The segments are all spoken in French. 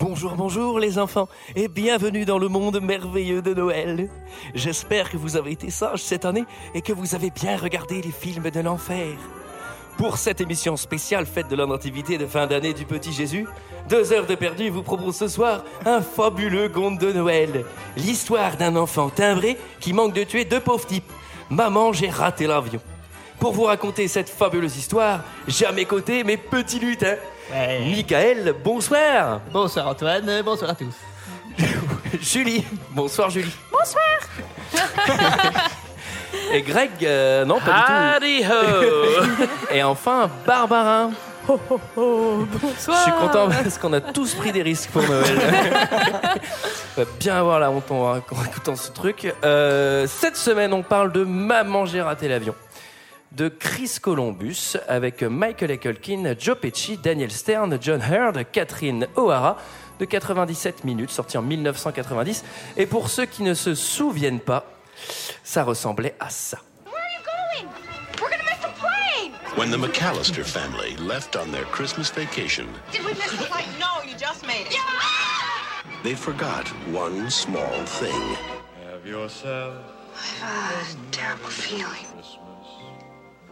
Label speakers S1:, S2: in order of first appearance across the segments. S1: Bonjour, bonjour les enfants et bienvenue dans le monde merveilleux de Noël. J'espère que vous avez été sages cette année et que vous avez bien regardé les films de l'enfer. Pour cette émission spéciale fête de la nativité de fin d'année du petit Jésus, deux heures de perdu vous propose ce soir un fabuleux conte de Noël. L'histoire d'un enfant timbré qui manque de tuer deux pauvres types. Maman, j'ai raté l'avion. Pour vous raconter cette fabuleuse histoire, j'ai à mes côtés mes petits lutins. Michael, bonsoir.
S2: Eh. Bonsoir Antoine, euh, bonsoir à tous.
S1: Julie. Bonsoir Julie. Bonsoir. Et Greg, euh, non,
S3: Ah,
S1: pas du tout. Et enfin, Barbara. Je suis content parce qu'on a tous pris des risques pour Noël. on va bien avoir la honte en, en écoutant ce truc. Euh, cette semaine, on parle de Maman, j'ai raté l'avion. De Chris Columbus avec Michael Ekelkin, Joe Pesci, Daniel Stern, John Hurd, Catherine O'Hara de 97 minutes, sorti en 1990. Et pour ceux qui ne se souviennent pas, ça ressemblait à ça.
S4: going? We're gonna miss the plane!
S5: When the McAllister family left on their Christmas vacation,
S4: Did we miss the plane? No, you just made it. Yeah!
S5: they forgot one small thing.
S6: Have yourself
S4: Ah, Terrible feeling.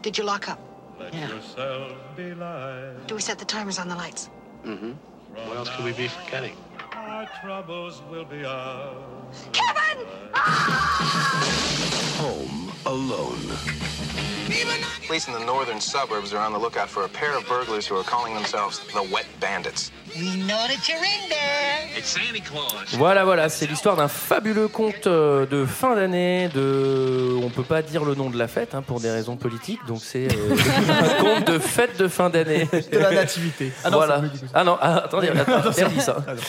S4: Did you lock up?
S6: let yourself be light.
S4: Do we set the timers on the lights?
S7: What else could we be forgetting?
S6: Our troubles will be ours.
S4: Kevin!
S5: Home alone.
S8: Police in the northern suburbs are on the lookout for a pair of burglars who are calling themselves the Wet Bandits.
S1: Voilà, voilà, c'est l'histoire d'un fabuleux conte euh, de fin d'année, de... On peut pas dire le nom de la fête, hein, pour des raisons politiques, donc c'est euh, un conte de fête de fin d'année.
S2: De la nativité. Ah non,
S1: voilà.
S2: c'est pas possible.
S1: ah non, ah, attendez, attends, perdu, ça.
S2: Ah Mais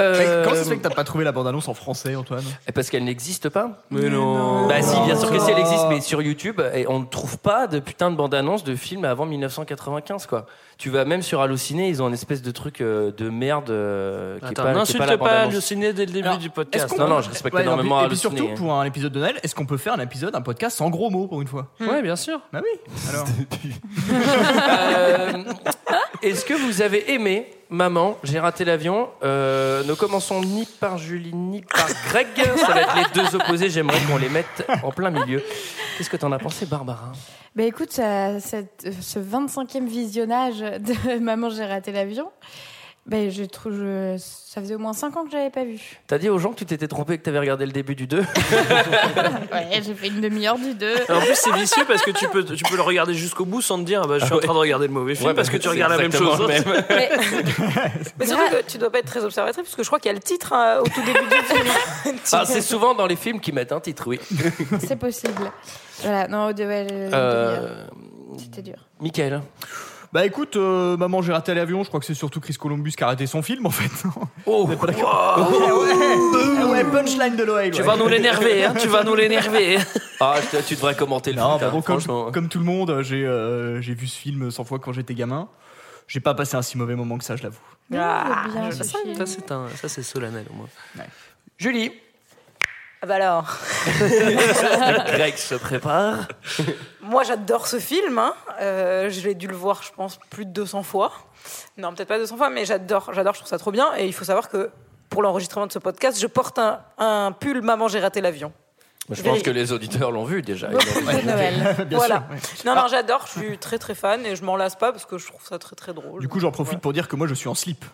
S1: Euh,
S2: Comment ça se fait que t'as pas trouvé la bande-annonce en français, Antoine
S1: Parce qu'elle n'existe pas. Mais non. Bah si, bien sûr que si elle existe, mais sur YouTube, et on ne trouve pas de putain de bande-annonce de films avant 1995 quoi. Tu vas même sur Allociné, ils ont une espèce de truc euh, de merde euh, qui est pas- qui est
S3: Attends,
S1: pas, la
S3: n'insulte pas
S1: bande-annonce.
S3: le ciné dès le début
S2: Alors,
S3: du
S2: Est-ce
S3: podcast.
S2: qu'on
S1: Non,
S2: peut-
S1: non, je respecte
S2: Ouais, non,
S1: énormément
S2: mais- Et puis
S1: Allociné,
S2: surtout,
S1: hein.
S2: pour un épisode de Noël, est-ce qu'on peut faire un épisode, un podcast sans gros mots pour une fois
S3: Oui, bien sûr.
S2: Bah oui. Alors,
S1: Euh, Est-ce que vous avez aimé Maman, j'ai raté l'avion Euh, Ne commençons ni par Julie ni par Greg. Ça va être les deux opposés. J'aimerais qu'on les mette en plein milieu. Qu'est-ce que t'en as pensé, Barbara
S9: Bah écoute, ça- cette- euh, ce 25e visionnage de Maman, j'ai raté l'avion, ben je trouve je- ça faisait au moins 5 ans que je l'avais pas vu.
S1: T'as dit aux gens que tu t'étais trompé et que t'avais regardé le début du 2
S9: Ouais, j'ai fait une demi-heure du 2.
S3: En plus, c'est vicieux parce que tu peux, tu peux le regarder jusqu'au bout sans te dire, ah bah, je suis en train de regarder le mauvais film parce que tu regardes la même chose.
S10: Mais, mais surtout que tu dois pas être très observatrice parce que je crois qu'il y a le titre hein, au tout début du film.
S1: Ah, c'est souvent dans les films qui mettent un titre, oui.
S9: C'est possible. Voilà, non, au deux, ouais, euh, une demi-heure,
S1: Euh,
S9: c'était dur.
S1: Michael.
S2: bah écoute, euh, maman, j'ai raté l'avion. Je crois que c'est surtout Chris Columbus qui a raté son film en fait.
S1: Oh,
S2: Ah ouais. Ah ouais, punchline de l'OL.
S3: Tu vas nous l'énerver, hein, tu vas nous l'énerver.
S1: ah, tu- tu devrais commenter le
S2: Non,
S1: foot,
S2: bah
S1: hein,
S2: bon, comme,
S1: franchement.
S2: comme tout le monde, j'ai euh, j'ai vu ce film 100 fois quand j'étais gamin. J'ai pas passé un si mauvais moment que ça, je l'avoue.
S9: Oui,
S10: Ah,
S9: il est bien,
S10: je
S9: ce
S10: sais.
S9: film.
S3: Ça, c'est un, ça, c'est solennel au moins.
S1: Julie.
S10: Ah bah alors,
S1: Greg se prépare.
S10: moi j'adore ce film. hein. Euh, je l'ai dû le voir, je pense, plus de 200 fois. Non, peut-être pas 200 fois, mais j'adore, j'adore, je trouve ça trop bien. Et il faut savoir que pour l'enregistrement de ce podcast, je porte un, un pull Maman, j'ai raté l'avion.
S1: Je pense que les auditeurs l'ont vu déjà. Ils l'ont-
S9: Beaucoup de Noël.
S10: voilà. Non,
S2: Ah.
S10: non, j'adore, je suis très très fan et je m'en lasse pas parce que je trouve ça très très drôle.
S2: Du coup, j'en profite pour dire que moi, je suis en slip.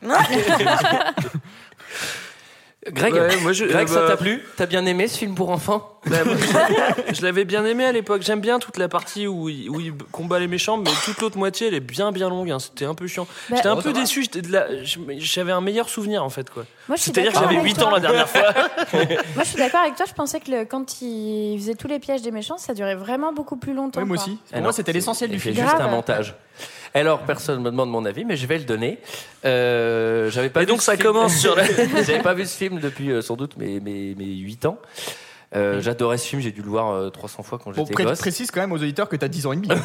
S1: Greg,
S3: Ouais, moi, je-
S1: Greg,
S3: euh,
S1: ça
S3: bah-
S1: t'a plu T'as bien aimé ce film pour enfants
S3: Bah, moi, je- je l'avais bien aimé à l'époque. J'aime bien toute la partie où il, où il combat les méchants, mais toute l'autre moitié, elle est bien bien longue. hein. C'était un peu chiant.
S9: Bah,
S3: J'étais un
S9: oh,
S3: peu déçu. j'étais de la- je- J'avais un meilleur souvenir en fait. quoi.
S9: Moi, je suis
S3: C'est-à-dire que
S9: d'accord
S3: j'avais
S9: avec
S3: 8
S9: toi.
S3: ans la dernière fois.
S9: Moi, je suis d'accord avec toi. Je pensais que le- quand il faisait tous les pièges des méchants, ça durait vraiment beaucoup plus longtemps.
S2: Oui, moi
S9: quoi.
S2: aussi. Pour
S1: Ah non,
S2: moi, c'était l'essentiel du
S1: c'est
S2: film.
S1: juste
S9: Grave.
S1: un montage. Alors, personne ne me demande mon avis, mais je vais le donner. Euh, j'avais pas
S3: Et
S1: vu
S3: donc,
S1: ce
S3: ça
S1: film-
S3: commence sur la-
S1: J'avais pas vu ce film depuis euh, sans doute mes, mes, mes 8 ans. Euh, J'adorais ce film, j'ai dû le voir euh, 300 fois quand
S2: Bon,
S1: j'étais
S2: Mm. pré-
S1: gosse.
S2: précise quand même aux auditeurs que t'as 10 ans et demi. hein.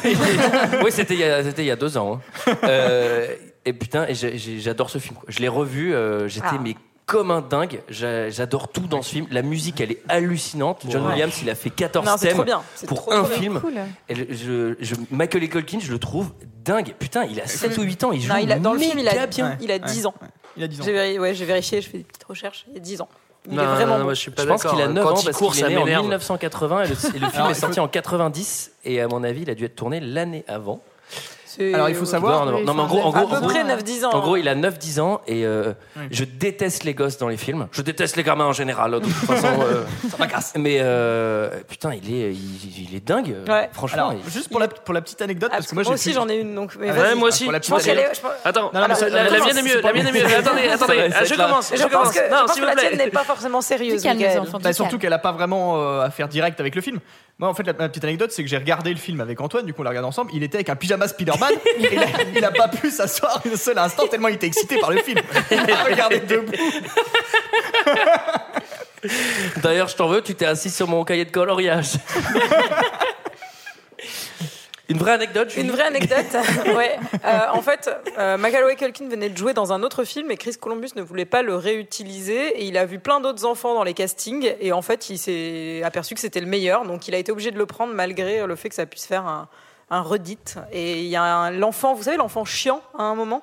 S1: oui, c'était il, y a- c'était il y a deux ans. hein. Euh, et putain, et j'ai- j'ai- j'adore ce film. quoi. Je l'ai revu, euh, j'étais
S10: Ah.
S1: mais comme un dingue. J'a- J'adore tout dans ce film. La musique, elle est hallucinante. John
S3: Ouais.
S1: Williams, il a fait 14
S10: Non, c'est
S1: thèmes
S10: trop bien. C'est
S1: pour
S10: trop,
S1: un
S10: trop bien.
S1: film.
S9: Cool.
S1: Et le- je, je, Macaulay Culkin, je le trouve dingue. Putain, il a 7 ou 8 ans, il joue
S10: Non, il a- dans le
S1: méga
S10: film, il a,
S1: bien.
S10: il a 10 ans.
S2: Il a 10 ans.
S10: J'ai vérifié, ouais, j'ai vérifié, je fais des petites recherches. Il y a 10 ans. Il
S1: Non,
S10: est
S1: non,
S10: vraiment
S1: non,
S10: bon.
S1: moi, je suis pas
S10: Je
S1: d'accord.
S10: pense
S1: qu'il
S3: hein.
S1: a 9
S10: Quand
S1: ans
S10: il
S1: parce
S10: court,
S1: qu'il
S10: ça
S1: est né en
S10: m'énerve.
S1: 1980 et le, et le film
S2: Alors,
S1: est
S2: il
S1: sorti en 90 et à mon avis il a dû être tourné l'année avant.
S10: C'est-
S2: Alors, il faut
S10: ouais.
S2: savoir-
S1: Non, non,
S9: Oui,
S1: non, mais en gros, en
S10: À
S1: gros,
S10: peu
S1: en gros-
S10: près 9-10 ans.
S1: en gros, il a 9-10 ans et euh,
S2: Oui.
S1: je déteste les gosses dans les films. Je déteste les gamins en général. De toute façon, euh, ça m'agace. Mais euh, putain, il est, il, il est dingue.
S10: Ouais.
S1: Franchement,
S2: Alors,
S1: il-
S2: juste pour la, pour la petite anecdote,
S10: Ah,
S2: parce que moi, j'ai
S10: aussi
S2: plus-
S10: j'en ai une donc. mais
S2: Ah,
S10: vas-y.
S3: Ouais,
S2: Ah,
S3: moi aussi.
S2: pour la
S3: Je
S10: Je
S2: petite
S3: pense
S10: pense qu'elle
S3: qu'elle
S10: est. Je pense-
S3: est- Attends,
S2: Non, non, mais ça-
S3: la,
S2: ça
S3: la
S2: commence,
S3: mienne est
S2: c'est
S3: mieux,
S2: pas
S3: la mienne est
S2: bon.
S3: mieux. Attendez, attendez,
S1: va- ça va
S3: je
S1: être là.
S3: commence,
S10: je
S3: je
S10: pense
S3: commence.
S10: que, je
S3: Non,
S10: pense
S3: s'il
S10: que
S3: vous
S10: la
S3: plaît.
S10: tienne n'est pas forcément
S9: Du
S10: sérieuse.
S9: calme, les
S10: Michael.
S9: enfants, du
S2: Bah, surtout
S9: calme.
S2: qu'elle a pas vraiment euh, à faire direct avec le film. Moi, en fait, la, ma petite anecdote, c'est que j'ai regardé le film avec Antoine, du coup, on l'a regardé ensemble. Il était avec un pyjama Spider-Man et il a, il a pas pu s'asseoir un seul instant tellement il était excité par le film. Il a regardé debout.
S1: D'ailleurs, je t'en veux, tu t'es assis sur mon cahier de coloriage. Une vraie anecdote Julie
S10: Une vraie anecdote. ouais. Euh, en fait, euh, Macaulay Culkin venait de jouer dans un autre film et Chris Columbus ne voulait pas le réutiliser et il a vu plein d'autres enfants dans les castings et en fait il s'est aperçu que c'était le meilleur donc il a été obligé de le prendre malgré le fait que ça puisse faire un, un redit. Et il y a un- l'enfant, vous savez l'enfant chiant à un moment.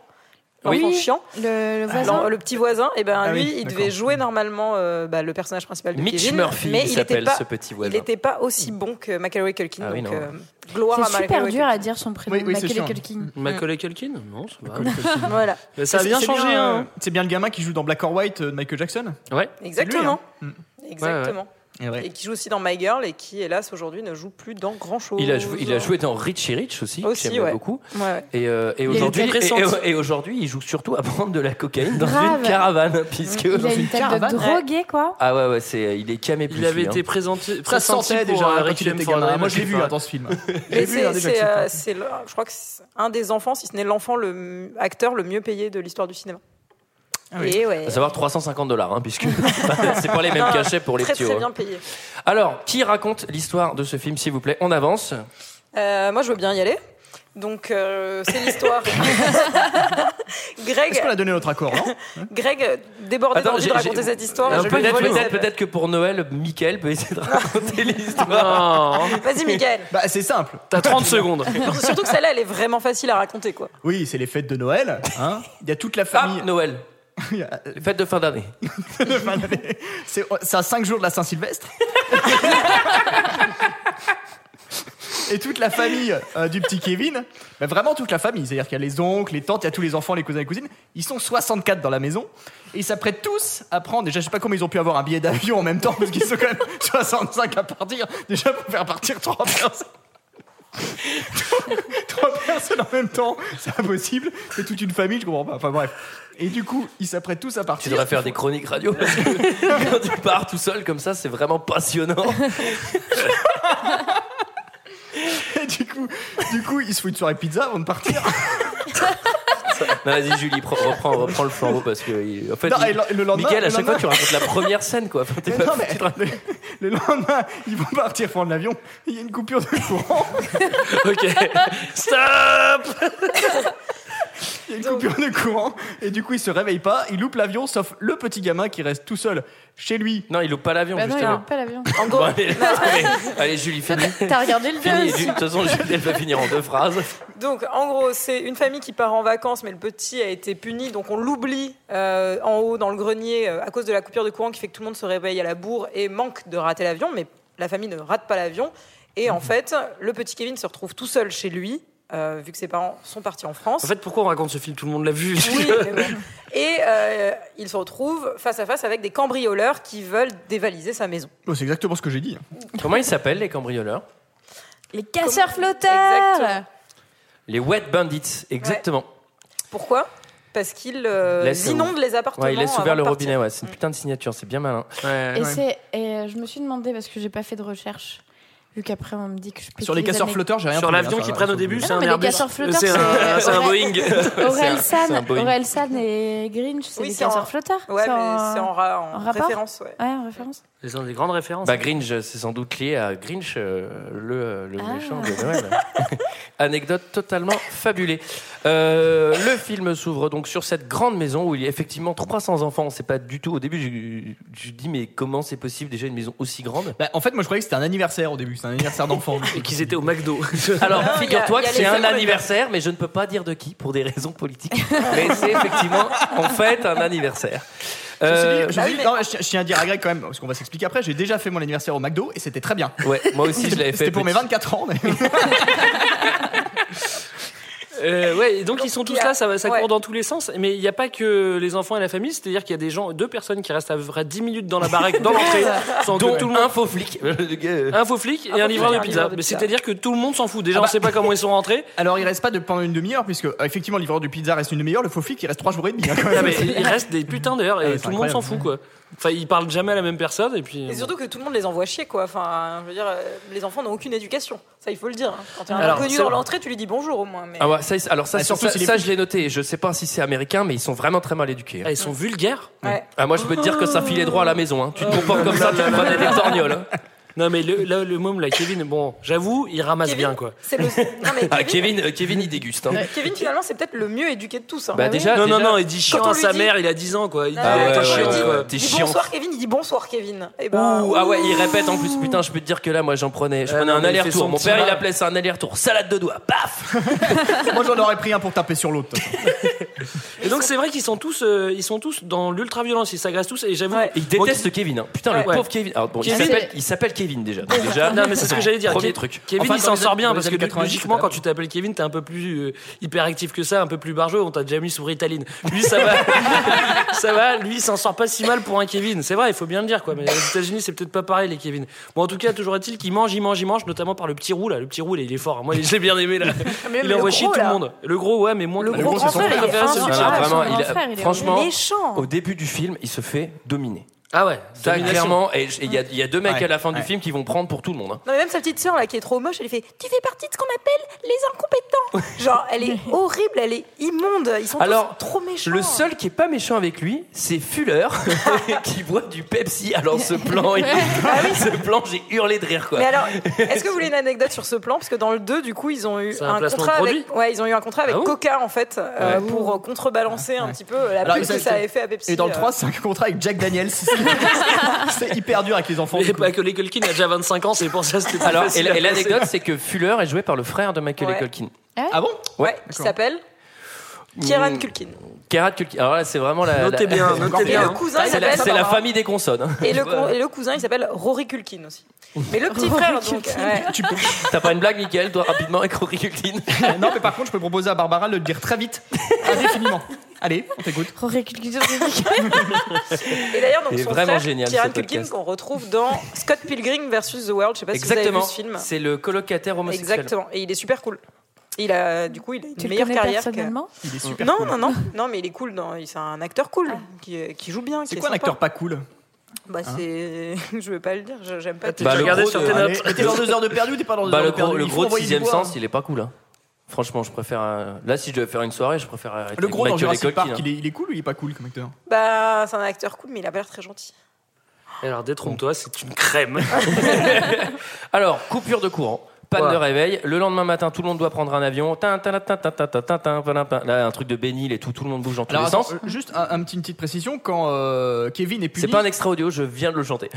S10: L'enfant
S9: Oui.
S10: chiant,
S9: Le, le voisin.
S10: l'en- Ah, le petit voisin, et ben
S2: Ah
S10: lui,
S2: oui,
S10: il
S2: d'accord.
S10: devait jouer normalement euh, bah, le personnage principal de
S1: Mitch
S10: Kevin,
S1: Murphy, il
S10: mais il n'était
S1: s'appelle
S10: pas,
S1: ce petit
S10: il
S1: voisin.
S10: était pas aussi bon que Macaulay Culkin.
S1: Ah oui,
S10: donc
S1: non.
S10: euh, gloire à
S9: C'est
S10: Macaulay
S9: super
S10: Culkin.
S9: dur à dire son prénom. Bah,
S2: Oui, oui, c'est
S9: Macaulay
S2: chiant.
S9: Culkin.
S3: Macaulay Culkin Non, ça va.
S10: Voilà,
S3: Mais ça a bien
S2: C'est
S3: changé,
S2: bien,
S3: hein.
S2: euh, C'est bien le gamin qui joue dans Black or White euh, de Michael Jackson.
S3: Ouais.
S10: exactement.
S2: C'est lui, hein.
S10: Exactement.
S2: Mm. Et ouais.
S10: Et qui joue aussi dans My Girl et qui, hélas, aujourd'hui ne joue plus dans grand chose.
S1: Il a, joué, il a joué dans Richie Rich aussi, que
S10: euh, Aussi,
S1: j'aime
S10: ouais.
S1: beaucoup.
S10: Ouais, ouais.
S1: Et, euh, et
S9: a
S1: aujourd'hui,
S9: une
S1: et,
S9: tête ressentie.
S1: et- et aujourd'hui, il joue surtout à prendre de la cocaïne dans
S9: Grave.
S1: une caravane, puisque
S2: Euh,
S9: Il a une tête de
S2: caravane.
S9: drogué, quoi.
S1: ah ouais ouais, c'est il est camé plus.
S3: Il avait
S1: lui, hein.
S3: été présenté.
S2: Ça
S3: pressenti
S2: sentait
S3: pour,
S2: déjà
S3: euh,
S2: hein, quand il
S3: Requiem
S2: était
S3: for a
S2: gamin.
S3: Dream,
S2: Moi, je l'ai vu
S3: sais
S2: hein,
S3: pas.
S2: dans ce film.
S10: Mais
S2: J'ai vu, hein,
S10: c'est,
S2: déjà
S10: c'est,
S2: que
S10: euh,
S2: c'était-
S10: c'est le- je crois que c'est un des enfants, si ce n'est l'enfant, le m- acteur le mieux payé de l'histoire du cinéma.
S2: Ah oui.
S10: Et ouais.
S1: À savoir 350 dollars, hein, puisque c'est pas les mêmes
S10: Non,
S1: cachets pour les hein.
S10: très
S1: petits.
S10: très
S1: ouais.
S10: bien payé.
S1: Alors, qui raconte l'histoire de ce film, s'il vous plaît On avance.
S10: Euh, moi, je veux bien y aller. Donc, euh, c'est l'histoire.
S2: Est-ce qu'on
S10: Greg,
S2: a donné notre accord non
S10: Greg débordé
S1: Attends,
S10: d'envie de
S1: j'ai-
S10: raconter
S1: j'ai-
S10: cette histoire.
S1: Alors,
S10: je lui
S1: Euh, peut-être
S10: vole
S1: peut-être-
S10: les ailes.
S1: peut-être que pour Noël, Michael peut essayer de raconter l'histoire.
S3: Non,
S10: Vas-y, Miguel.
S2: Bah, c'est simple.
S3: t'as 30 secondes.
S10: Surtout que celle-là, elle est vraiment facile à raconter, quoi.
S2: Oui, c'est les fêtes de Noël. hein. Il y a toute la
S1: Ah,
S2: famille.
S1: Noël, fête de fin d'année.
S2: C'est oh, c'est à 5 jours de la Saint-Sylvestre. Et toute la famille euh, du petit Kevin, bah, vraiment toute la famille, c'est-à-dire qu'il y a les oncles, les tantes, il y a tous les enfants, les cousins, les cousines, ils sont 64 dans la maison et ils s'apprêtent tous à prendre, déjà je sais pas comment ils ont pu avoir un billet d'avion en même temps parce qu'ils sont quand même 65 à partir, déjà pour faire partir trois personnes. Trois personnes en même temps, c'est impossible, c'est toute une famille, je comprends pas, enfin bref. Et du coup, ils s'apprêtent tous à
S1: Tu
S2: partir.
S1: devrais faire des chroniques radio parce que quand tu pars tout seul comme ça, c'est vraiment passionnant.
S2: Et du coup, du coup, il se fout une soirée pizza avant de partir.
S1: Non, Vas-y Julie, pre- reprends, reprends le flambeau parce que il- en fait,
S2: Non,
S1: il-
S2: et le- le lendemain-
S1: Mickaël, à
S2: le
S1: chaque fois
S2: lendemain-
S1: tu racontes la première scène quoi. Enfin, t'es
S2: Mais
S1: pas
S2: non,
S1: foutu
S2: mais
S1: de raconter.
S2: le lendemain, ils vont partir prendre l'avion. Il y a une coupure de courant.
S3: ok. Stop
S2: Il y a une coupure de courant. Et du coup, il se réveille pas. Il loupe l'avion, sauf le petit gamin qui reste tout seul chez lui.
S1: Non, il loupe pas l'avion
S9: Bah non, il
S1: justement.
S9: a pas l'avion.
S10: En gros,
S1: Bon, allez, allez, allez, Julie, finis.
S9: T'as regardé le
S1: Fini,
S9: film
S1: Julie. De toute façon, Julie, elle va finir en deux phrases.
S10: Donc, en gros, c'est une famille qui part en vacances, mais le petit a été puni. Donc, on l'oublie euh, en haut dans le grenier euh, à cause de la coupure de courant qui fait que tout le monde se réveille à la bourre et manque de rater l'avion. Mais la famille ne rate pas l'avion. Et
S1: Mmh.
S10: en fait, le petit Kevin se retrouve tout seul chez lui, euh, vu que ses parents sont partis en France.
S3: En fait, pourquoi on raconte ce film Tout le monde l'a vu.
S10: Oui, mais bon. Et euh, il se retrouve face à face avec des cambrioleurs qui veulent dévaliser sa maison.
S2: Bon, c'est exactement ce que j'ai dit.
S1: Comment ils s'appellent les cambrioleurs
S9: Les casseurs flotteurs
S10: Exactement.
S1: Les Wet Bandits, exactement.
S10: Pourquoi Parce qu'ils euh,
S1: Laisse-
S10: inondent les appartements.
S1: Ouais, ils laissent ouvert
S10: avant
S1: le
S10: de partir.
S1: robinet, ouais. C'est une putain de signature, c'est bien malin.
S3: Ouais.
S9: Et, c'est, et euh, je me suis demandé, parce que j'ai pas fait de recherche, vu qu'après on me dit que je pète
S2: Sur les casseurs
S9: années-
S2: flotteurs, j'ai rien
S3: Sur
S2: trouvé,
S3: l'avion
S2: hein, ça, ça,
S3: qu'ils prennent au
S2: ça,
S3: début,
S9: Ah Non,
S3: c'est un
S9: mais les
S3: Airbus.
S9: casseurs-flotteurs,
S3: C'est un,
S9: c'est-
S3: c'est un Boeing.
S1: c'est un
S9: Orelsan,
S1: Boeing.
S9: Orelsan et Grinch, c'est
S10: Oui,
S9: les
S10: c'est en-
S9: casseurs flotteurs.
S10: Ouais, mais c'est en, ra- en
S9: en rapport
S10: référence. ouais.
S9: Ouais, en référence.
S3: C'est une des grandes références.
S1: Bah, Grinch, c'est sans doute lié à Grinch, euh, le, le
S9: Ah.
S1: méchant de Noël. Anecdote totalement fabulée. Euh, le film s'ouvre donc sur cette grande maison où il y a effectivement 300 enfants. C'est pas du tout. Au début, je, je dis mais comment c'est possible déjà une maison aussi grande
S2: Bah, En fait, moi je croyais que c'était un anniversaire au début. C'est un anniversaire d'enfant.
S1: Et qu'ils étaient au McDo. Alors,
S2: Non, il y a-
S1: figure-toi
S2: il y
S1: que
S2: a
S1: c'est
S2: les
S1: un
S2: seuls
S1: anniversaire, mais je ne peux pas dire de qui pour des raisons politiques. mais c'est effectivement en fait un anniversaire.
S2: Je
S1: Euh,
S2: me suis dit- je me suis dit- non, je- je tiens à dire à Greg quand même, parce qu'on va s'expliquer après, j'ai déjà fait mon anniversaire au McDo et c'était très bien.
S1: Ouais, moi aussi je l'avais fait.
S2: C'était pour mes
S1: petit.
S2: 24 ans. mais-
S3: Euh, ouais, et donc, ils sont tous
S10: il y a-
S3: là, ça, va- ça
S10: ouais.
S3: court dans tous les sens. Mais il n'y a pas que les enfants et la famille, c'est-à-dire qu'il y a des gens, deux personnes qui restent à peu près 10 minutes dans la baraque, dans l'entrée, sans que
S1: Dont
S3: tout le
S1: un
S3: monde.
S1: faux flic. Le gars, euh,
S3: Un faux flic et
S10: faux
S3: un
S10: flic,
S3: livreur de
S10: un
S3: pizza.
S10: livreur de
S3: Mais
S10: pizza.
S3: C'est-à-dire que tout le monde s'en fout. Déjà,
S2: Ah bah.
S3: on sait pas comment ils sont rentrés.
S2: Alors il reste pas de, pendant une demi-heure, puisque euh, effectivement, le livreur de pizza reste une demi-heure, le faux flic il reste 3 jours et demi. hein, quand même.
S10: Ah,
S3: Non, mais il reste des putains d'heures
S2: Ah
S3: et
S2: ouais,
S3: tout le monde
S2: c'est
S3: s'en fout, quoi. Enfin, ils parlent jamais à la même personne et puis.
S10: Et surtout que tout le monde les envoie chier, quoi. Enfin, je veux dire, euh, les enfants n'ont aucune éducation. Ça, il faut le dire. hein. Quand t'es un
S1: Alors,
S10: inconnu
S1: c'est-
S10: dans l'entrée, tu lui dis bonjour au moins. Mais...
S1: Ah ouais, ça, alors ça,
S2: Ah,
S1: sur-
S2: surtout
S1: ça,
S2: s'il est
S1: ça,
S2: flic.
S1: je l'ai noté. Je sais pas si c'est américain, mais ils sont vraiment très mal éduqués. hein.
S3: Ah, Oh. ils sont vulgaires.
S10: Ouais.
S1: Ah, moi, je peux te dire que ça filait droit à la maison. hein. Tu te comportes comme ça, tu te prenais des orgnoles. hein.
S3: Non, mais le, là, le môme, là, Kevin, bon, j'avoue, il ramasse
S10: Kevin,
S3: bien, quoi.
S10: C'est le... non, mais
S1: Ah,
S10: Kevin,
S1: Kevin, euh, Kevin, il déguste. hein.
S10: Kevin, finalement, c'est peut-être le mieux éduqué de tous. hein.
S1: Bah,
S10: Ah oui.
S1: déjà,
S3: non, non,
S1: déjà-
S3: non, il dit chiant
S10: on
S3: à
S10: lui
S3: sa
S10: dit-
S3: mère, il a 10 ans, quoi. Il
S10: Ah
S3: dit,
S10: ouais,
S3: attends,
S10: ouais,
S3: chiant,
S10: ouais,
S3: quoi.
S10: ouais.
S1: T'es
S10: Il dit
S1: chiant.
S10: bonsoir, Kevin. Il dit bonsoir, Kevin. Et ben,
S1: Ouh, ah ouais, il répète en plus. Putain, je peux te dire que là, moi, j'en prenais. Je
S3: Ouais,
S1: prenais
S3: non,
S1: un
S3: mais il fait
S1: aller-retour.
S3: son
S1: Mon
S3: petit
S1: père, il
S3: bras.
S1: appelait ça un aller-retour. Salade de doigts. Paf
S2: Moi j'en aurais pris un pour taper sur l'autre.
S3: Et donc, c'est vrai qu'ils sont tous, euh, ils sont tous dans l'ultra-violence, ils s'agressent tous, et j'avoue.
S10: Ouais.
S1: Il déteste Kevin. hein. Putain, le
S3: Ouais.
S1: pauvre Kevin. Alors, bon, il
S3: Kevin-
S1: s'appelle- il s'appelle Kevin déjà. Donc, déjà
S3: Non, mais c'est ce que j'allais dire.
S1: Premier
S3: Ke-
S1: truc.
S3: Kevin,
S2: Enfin,
S3: il
S2: dans
S3: s'en
S2: les
S3: sort
S2: années-
S3: bien
S2: dans les
S3: parce que
S2: années 90,
S3: logiquement,
S2: c'est
S3: quand
S2: pas
S3: tu t'appelles Kevin, t'es un peu plus euh, hyperactif que ça, un peu plus barjot. On t'a déjà mis sous Ritaline. Lui, ça va. ça va. Lui, il s'en sort pas si mal pour un Kevin. C'est vrai, il faut bien le dire, quoi. Mais aux États-Unis, c'est peut-être pas pareil, les Kevin. Bon, en tout cas, toujours est-il qu'il mange, il mange, il mange, notamment par le petit roux, là. Le petit roux, là, il est fort. hein. Moi, j'ai bien aimé, là.
S10: mais
S3: Il
S10: le
S3: envoie chier
S10: gros,
S3: tout le
S10: là.
S3: monde. Le gros, ouais, mais moins
S10: Le
S3: que-
S10: gros grand
S3: c'est son
S10: frère, il est
S3: préféré, c'est
S10: insupportable.
S3: celui-là.
S1: Ah, vraiment,
S9: son grand
S1: il a-
S9: frère, il est
S1: franchement, Oh.
S10: méchant.
S1: au début du film, il se fait dominer.
S3: Ah ouais,
S1: Ça,
S3: domination.
S1: clairement, et j- et il y, a- il y a deux mecs
S2: Ouais.
S1: à la fin du
S2: Ouais.
S1: film qui vont prendre pour tout le monde. hein.
S10: Non, mais même sa petite sœur, là, qui est trop moche, elle fait Tu fais partie de ce qu'on appelle les incompétents. Genre, elle est horrible, elle est immonde. Ils sont
S1: Alors,
S10: tous trop méchants.
S1: Le seul qui est pas méchant avec lui, c'est Fuller, qui boit du Pepsi. Alors ce plan, il-
S10: Ah
S1: ce plan, j'ai hurlé de rire quoi.
S10: Mais alors, est-ce que vous voulez une anecdote sur ce plan Parce que dans le 2, du coup, ils ont eu
S3: C'est un
S10: un,
S3: placement de
S10: contrat
S3: produit
S10: avec, ouais, ils ont eu un contrat avec
S3: Ah bon
S10: Coca en fait euh, pour euh, contrebalancer un petit peu euh, la
S2: Alors,
S10: pub
S2: ils
S10: que
S2: ont-
S10: ça avait fait à Pepsi.
S2: Et dans le
S10: euh.
S2: 3, c'est un contrat avec Jack Daniels. c'est hyper dur avec les enfants.
S3: Et
S2: du coup.
S3: pas que les Culkin a déjà 25 ans, c'est pour ça que c'était plus
S1: Alors, et
S3: facile
S1: la-
S3: à
S1: et
S3: placer.
S1: l'anecdote, c'est que Fuller est joué par le frère de Michael
S10: Ouais.
S1: Culkin.
S2: Ah bon
S10: ouais, qui s'appelle Kieran Culkin.
S1: Kerat Culkin. Alors là, c'est vraiment la.
S3: Notez
S1: la-
S3: bien, notez
S10: Et
S3: bien.
S10: le
S3: hein.
S10: cousin, il
S1: Mmh. C'est la,
S10: s'appelle
S1: c'est la famille des consonnes. hein.
S10: Et le, con- et le cousin, il s'appelle Rory Culkin aussi. Mais le petit
S9: Rory
S10: frère, donc.
S9: Culkin.
S10: ouais.
S2: Tu peux-
S1: T'as pas une blague, Michael Toi, rapidement, avec Rory Culkin.
S2: Non, mais par contre, je peux proposer à Barbara de le dire très vite, indéfiniment. Allez, on t'écoute.
S9: Rory Culkin,
S10: Et d'ailleurs, donc
S1: Il est
S10: son
S1: vraiment
S10: frère,
S1: génial, ce
S10: Kieran Culkin,
S1: podcast.
S10: qu'on retrouve dans Scott Pilgrim versus the World. Je sais pas
S1: Exactement.
S10: si vous avez vu ce film.
S1: C'est le colocataire homosexuel.
S10: Exactement. Et il est super cool. Il a, du coup, il a une
S9: tu le
S10: meilleure
S9: connais
S10: carrière. que-
S9: personnellement
S2: Il est super.
S10: Non,
S2: cool.
S10: non, non, non, mais il est cool. dans- il- C'est un acteur cool qui, qui joue bien. qui
S2: C'est
S10: est
S2: quoi un
S10: sympa.
S2: acteur pas cool
S10: Bah, c'est. Je vais pas le dire, je- j'aime pas.
S3: T'as
S10: tout
S1: Bah, le
S3: regardé
S1: gros
S3: sur
S1: de-
S3: tes
S2: euh, Allez,
S3: notes.
S2: mais T'es dans deux heures de perdu ou t'es pas dans deux
S1: Bah,
S2: heures
S1: le
S2: de perdu
S1: gros, le
S2: Il faut
S1: gros de
S2: envoyer du
S1: sixième
S2: bois.
S1: sens, il est pas cool. hein. Franchement, je préfère. euh, Là, si je devais faire une soirée, je préfère. arrêter
S2: Le gros
S1: avec
S2: dans
S1: Michael
S2: Jurassic
S1: Culkin,
S2: Park,
S1: hein.
S2: il est, il est cool ou il est pas cool comme acteur
S10: Bah, c'est un acteur cool, mais il a pas l'air très gentil.
S3: Alors détrompe-toi, c'est une crème.
S1: Alors, coupure de courant. Panne
S3: Voilà.
S1: de réveil. Le lendemain matin, tout le monde doit prendre un avion. Tin, tin, tin, tin, tin, tin, tin, tin, tin, tin. Là, un truc de bénil et tout. Tout le monde bouge dans tous les
S2: attends,
S1: sens.
S2: euh, juste un, un petit- une petite précision quand euh, Kevin est puni,
S1: C'est pas un extra audio, je viens de le chanter.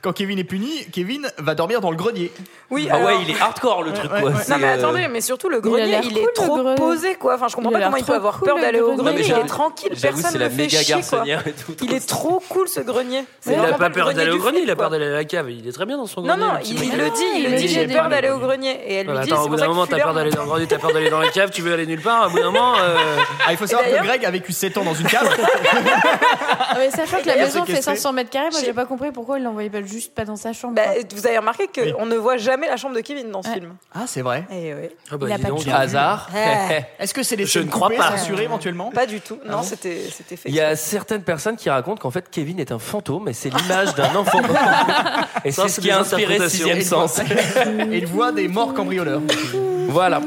S2: quand Kevin est puni, Kevin va dormir dans le grenier.
S10: Oui,
S1: Ah
S10: alors-
S1: ouais, il est hardcore le truc
S2: ouais,
S1: quoi.
S2: ouais.
S1: C'est,
S10: Non mais
S1: euh,
S10: attendez, mais surtout le
S9: a
S10: grenier,
S9: l'air
S10: il
S9: cool,
S10: est
S9: le
S10: trop
S9: grenier.
S10: posé quoi. Enfin, je comprends
S9: Il a
S10: pas comment
S9: l'air
S10: il peut
S9: trop
S10: avoir
S9: cool,
S10: peur
S9: le
S10: d'aller au
S9: grenier.
S1: Non, mais
S10: grenier. Il
S1: j'avoue-
S10: est tranquille,
S1: J'avoue,
S10: personne
S1: c'est
S10: ne
S1: la
S10: fait
S1: méga
S10: chier
S1: gare
S10: quoi.
S1: saunière et tout.
S10: Il est trop cool ce grenier. C'est
S3: Il
S10: vraiment
S3: a pas
S10: le
S3: peur d'aller
S10: du
S3: au grenier, il a
S10: flic, quoi.
S3: peur d'aller à la cave. Il est très bien dans son
S10: Non,
S3: grenier.
S10: non,
S3: le petit
S10: il,
S3: mec.
S10: il le dit, il le dit, j'ai peur d'aller au grenier. Et elle
S3: Ouais,
S10: lui dit,
S3: attends,
S10: c'est
S3: au bout
S10: pour
S3: d'un
S10: ça
S3: moment,
S10: que
S3: t'as peur
S10: Fuller-
S3: d'aller dans le grenier, t'as peur d'aller dans la cave, tu veux aller nulle part. Au bout d'un moment, euh,
S2: Ah, il faut savoir que
S10: d'ailleurs-
S2: Greg a vécu 7 ans dans une cave.
S9: Ah, mais sachant que la
S2: d'ailleurs,
S9: maison
S2: c'est
S9: fait
S2: cassé.
S9: 500 mètres carrés, moi
S10: J'ai-
S9: j'ai pas compris pourquoi il l'envoyait pas juste pas dans sa chambre.
S10: Bah,
S9: quoi.
S10: vous avez remarqué
S2: Oui.
S10: qu'on ne voit jamais la chambre de Kevin dans ce
S9: Ouais.
S10: film.
S2: ah, c'est vrai.
S10: Eh ouais.
S3: ah bah,
S9: Il a
S3: dis
S9: pas
S3: donc,
S9: de
S1: Hasard.
S10: Eh.
S2: Est-ce que c'est les
S3: Je
S2: scènes
S3: ne crois
S2: coupées,
S3: pas.
S2: censurées éventuellement
S10: Pas du tout. Non, c'était c'était fait.
S1: Il y a certaines personnes qui racontent qu'en fait Kevin est un fantôme et c'est l'image d'un enfant. et
S3: Ça,
S1: c'est ce
S3: c'est
S1: qui
S3: des
S1: a inspiré
S3: interprétations.
S1: Sixième Sens.
S2: Et il voit des morts cambrioleurs.
S1: Voilà.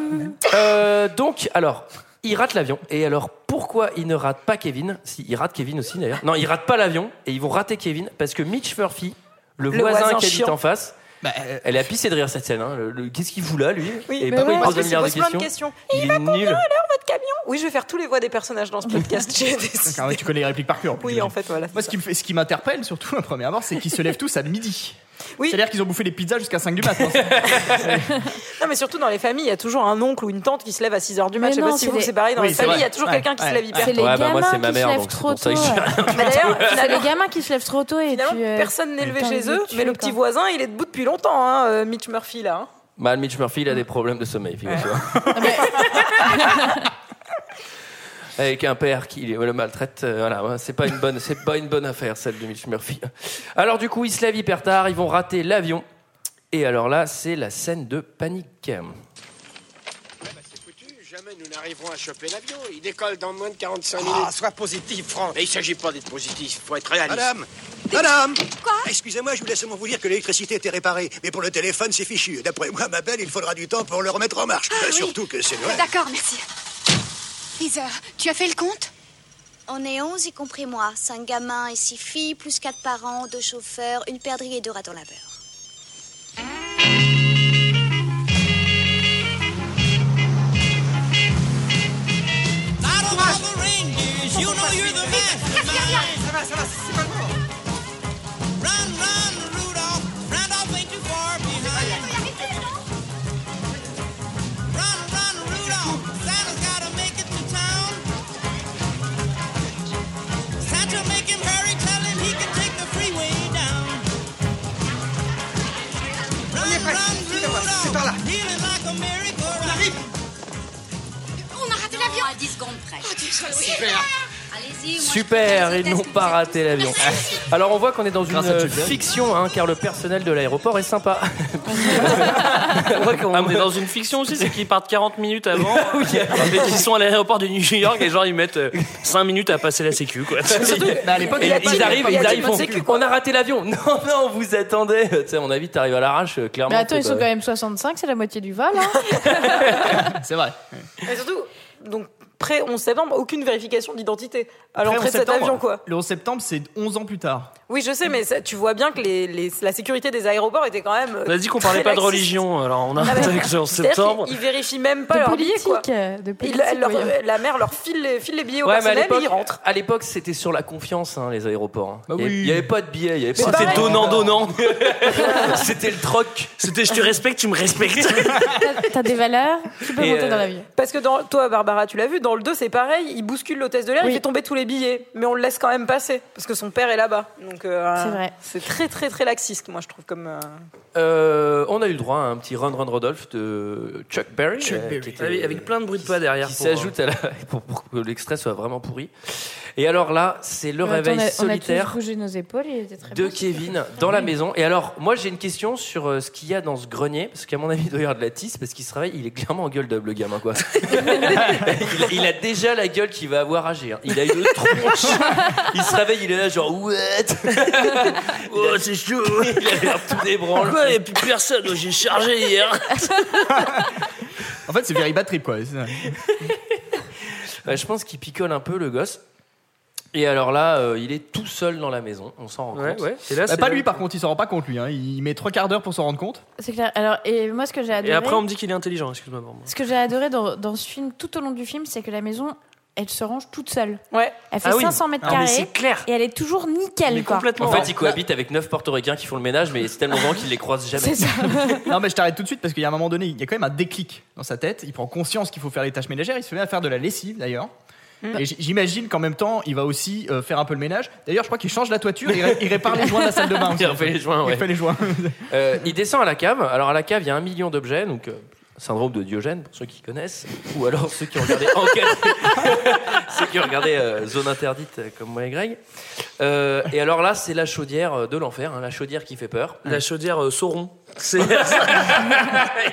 S1: Euh, donc, alors, il rate l'avion. Et alors, pourquoi il ne rate pas Kevin Si, il rate Kevin aussi d'ailleurs. Non, il rate pas l'avion et ils vont rater Kevin parce que Mitch Murphy, le,
S10: Le
S1: voisin,
S10: voisin
S1: qui habite
S10: chiant.
S1: en face,
S2: Bah, euh,
S1: Elle a pissé de rire cette scène. hein. Le- le- Qu'est-ce qu'il fout là, lui Et
S10: mais
S1: par
S10: ouais,
S1: contre, il
S10: parce
S1: pose un
S10: qu'il
S1: milliard de
S10: pose plein de
S1: questions.
S10: questions.
S1: Il, est nul.
S10: Votre camion Oui, je vais faire tous les voix des personnages dans ce podcast. J'ai décidé.
S2: Car, ouais, tu connais les répliques par cœur. en plus,
S10: Oui,
S2: j'imagine.
S10: en fait, voilà.
S2: Moi, ce qui me fait- ce qui m'interpelle surtout à première abord, c'est qu'ils se lèvent tous à midi.
S10: Oui.
S2: C'est-à-dire qu'ils ont bouffé des pizzas jusqu'à 5 du hein. matin.
S10: Non, mais surtout dans les familles, il y a toujours un oncle ou une tante qui se lève à 6h du
S9: Mais
S10: match. Je sais
S9: non,
S10: pas si
S9: c'est
S10: vous,
S9: des-
S10: c'est pareil. Dans
S2: Oui,
S10: les
S2: c'est
S10: familles, il y
S2: vrai.
S10: a toujours quelqu'un qui se
S2: Ouais.
S10: lève hyper
S9: C'est
S10: tôt.
S9: les
S1: Ouais, bah, moi,
S9: gamins
S1: c'est ma
S9: qui se
S1: mère,
S9: lèvent
S1: donc c'est
S9: trop
S1: pour ça
S9: tôt.
S1: que je-
S9: ouais.
S10: Mais d'ailleurs,
S9: C'est
S10: finalement,
S9: les gamins qui se lèvent trop tôt. Et
S10: finalement,
S9: puis, euh,
S10: personne n'est levé
S9: t'as envie
S10: chez
S9: de
S10: eux,
S9: tuer,
S10: mais le
S9: quoi.
S10: petit voisin, il est debout depuis longtemps, hein, euh, Mitch Murphy, là. hein.
S1: Mal Mitch Murphy, il a des problèmes de sommeil, figure-toi. Avec un père qui le maltraite, euh, voilà, ouais, c'est pas une bonne, c'est pas une bonne affaire celle de Mitch Murphy. Alors du coup, ils se lèvent hyper tard, ils vont rater l'avion, et alors là, c'est la scène de panique.
S11: C'est foutu, jamais nous n'arriverons à choper l'avion. Il décolle dans moins de 45
S12: Ah,
S11: minutes. sois positif, Franck. Mais il s'agit pas d'être positif, faut être réaliste.
S13: Madame Madame Quoi Excusez-moi, je voulais seulement vous dire que l'électricité était réparée, mais pour le téléphone, c'est fichu. D'après moi, ma belle, il faudra du temps pour le remettre en marche.
S3: Ah
S13: Euh, Surtout que c'est Noël.
S14: D'accord, merci. Lisa, tu as fait le compte
S15: On est 11, y compris moi. 5 gamins et 6 filles, plus 4 parents, 2 chauffeurs, une perdrix et 2 ratons laveurs.
S11: Ça va, ça va, c'est pas bon. Run, run, Rudolph. Randolph ain't too far behind. Run, run, Rudolph. Santa's gotta make it to town. Santa, make him hurry. Tell him he can take the freeway down. Run, run, Rudolph. Feeling like a merry-go-round.
S14: On a raté l'avion À 10 secondes près.
S10: Oh,
S11: Super.
S14: Allez-y, moi,
S1: Super, ils n'ont pas raté l'avion. Alors on voit qu'on est dans une
S2: Grâce à
S1: euh,
S2: Chuck Berry.
S1: fiction, hein, car le personnel de l'aéroport est sympa.
S3: On est dans une fiction aussi, c'est qu'ils partent 40 minutes avant et qu'ils sont à l'aéroport de New York et genre ils mettent 5 minutes à passer la sécu quoi.
S1: Bah, à l'époque,
S3: Et
S1: ils,
S3: ils
S1: arrivent,
S3: arrivent,
S1: ils arrivent,
S3: ils
S1: font,
S3: arrivent.
S1: on a raté l'avion. Non, non, vous attendez. Tu sais, à mon avis, t'arrives à l'arrache, euh, clairement.
S9: Mais Bah, attends,
S1: t'es
S9: ils sont
S1: pas-
S9: quand même 65, c'est la moitié du vol. Hein.
S1: C'est vrai.
S10: Mais surtout, donc, près 11 septembre, aucune vérification d'identité à
S2: Après, 11
S10: l'entrée de cet
S2: septembre,
S10: avion, quoi.
S2: Le 11 septembre, c'est 11 ans plus tard.
S10: Oui, je sais, mais ça- tu vois bien que les, les- la sécurité des aéroports était quand même. euh,
S3: On a dit qu'on parlait pas de religion, alors on a arrêté avec ça en septembre.
S10: Ils vérifient même pas
S9: De
S10: leur billet,
S9: politique,
S10: quoi.
S9: euh, de
S10: Ils-
S9: politique,
S10: leur-
S9: voyons.
S10: la mère leur file les, file les billets au
S1: Ouais, mais à
S10: personnel et
S1: l'époque,
S10: ils rentrent.
S1: à l'époque, c'était sur la confiance, hein, les aéroports. hein.
S3: Bah
S1: Il y avait-
S3: oui.
S1: Il n'y avait pas de billets. il y avait pas-
S3: C'était donnant donnant.
S1: C'était le troc.
S3: C'était je te respecte, tu me respectes.
S9: T'as des valeurs, tu peux
S3: Et,
S9: monter
S3: euh,
S9: dans l'avion.
S10: Parce que dans, toi, Barbara, tu l'as vu, dans le 2, c'est pareil, il bouscule l'hôtesse de l'air, il fait tomber tous les billets, mais on le laisse quand même passer, parce que son père est là-bas. Donc, euh,
S9: C'est vrai.
S10: C'est très, très, très laxiste, moi, je trouve, comme. euh,
S1: Euh, on a eu le droit à un petit Run Run Rodolphe de Chuck Berry.
S3: Chuck
S1: euh,
S3: Berry. Ah
S1: qui était-
S3: Avec- avec plein de bruit de pas derrière
S1: Qui
S3: pour, euh,
S1: s'ajoute à la- pour, pour que l'extrait soit vraiment pourri. Et alors là, c'est le
S9: Mais
S1: réveil
S9: attends, on a- On a
S1: solitaire
S9: tous bougé nos épaules, il était très
S1: de
S9: bon.
S1: Kevin dans la maison. Et alors, moi, j'ai une question sur euh, ce qu'il y a dans ce grenier, parce qu'à mon avis, il doit y avoir de la tisse, parce qu'il se réveille, il est clairement en gueule d'homme, le gamin, quoi. il, il a déjà la gueule qu'il va avoir âgé. hein. Il a une tronche. Il se réveille, il est là, genre, ouais.
S3: Oh, c'est chaud.
S1: Il a l'air tout débranlé.
S3: Pourquoi il n'y a plus personne Oh, J'ai chargé hier.
S2: En fait, c'est very bad trip, quoi. Bah, C'est-
S1: Euh, je pense qu'il picole un peu le gosse. Et alors là, euh, il est tout seul dans la maison, on s'en rend
S3: Ouais,
S1: compte.
S3: ouais. Et là,
S2: Bah, pas lui, par contre, il s'en rend pas compte, lui. hein. Il met trois quarts d'heure pour s'en rendre compte.
S9: C'est clair. Alors, et moi, ce que j'ai adoré.
S3: Et après, on me dit qu'il est intelligent, excuse-moi pour moi.
S9: Ce que j'ai adoré dans, dans ce film, tout au long du film, c'est que la maison, elle se range toute seule.
S10: Ouais.
S9: Elle fait
S1: Ah oui.
S9: 500 mètres
S1: Ah, mais
S9: carrés.
S1: c'est clair.
S9: Et elle est toujours nickel, quoi.
S1: En
S10: Oh.
S1: fait, il cohabite avec neuf portoricains qui font le ménage, mais c'est tellement grand qu'il les croise jamais.
S9: C'est ça.
S2: non, mais je t'arrête tout de suite parce qu'il y a un moment donné, il y a quand même un déclic dans sa tête. Il prend conscience qu'il faut faire les tâches ménagères. Il se met à faire de la lessive, d'ailleurs.
S10: Mm.
S2: Et j- j'imagine qu'en même temps, il va aussi euh, faire un peu le ménage. D'ailleurs, je crois qu'il change la toiture et il ré- il répare les joints de la salle de bain. aussi,
S1: Il
S2: en fait.
S1: refait les joints,
S2: Il
S1: ouais.
S2: fait les joints.
S1: Euh, il descend à la cave. Alors à la cave, il y a un million d'objets, donc euh, syndrome de Diogène pour ceux qui connaissent, ou alors ceux qui ont regardé Enquête, ceux qui ont regardé euh, Zone interdite euh, comme moi et Greg. Euh, et alors là, c'est la chaudière euh, de l'enfer, hein, la chaudière qui fait peur.
S3: La chaudière euh, Sauron. C'est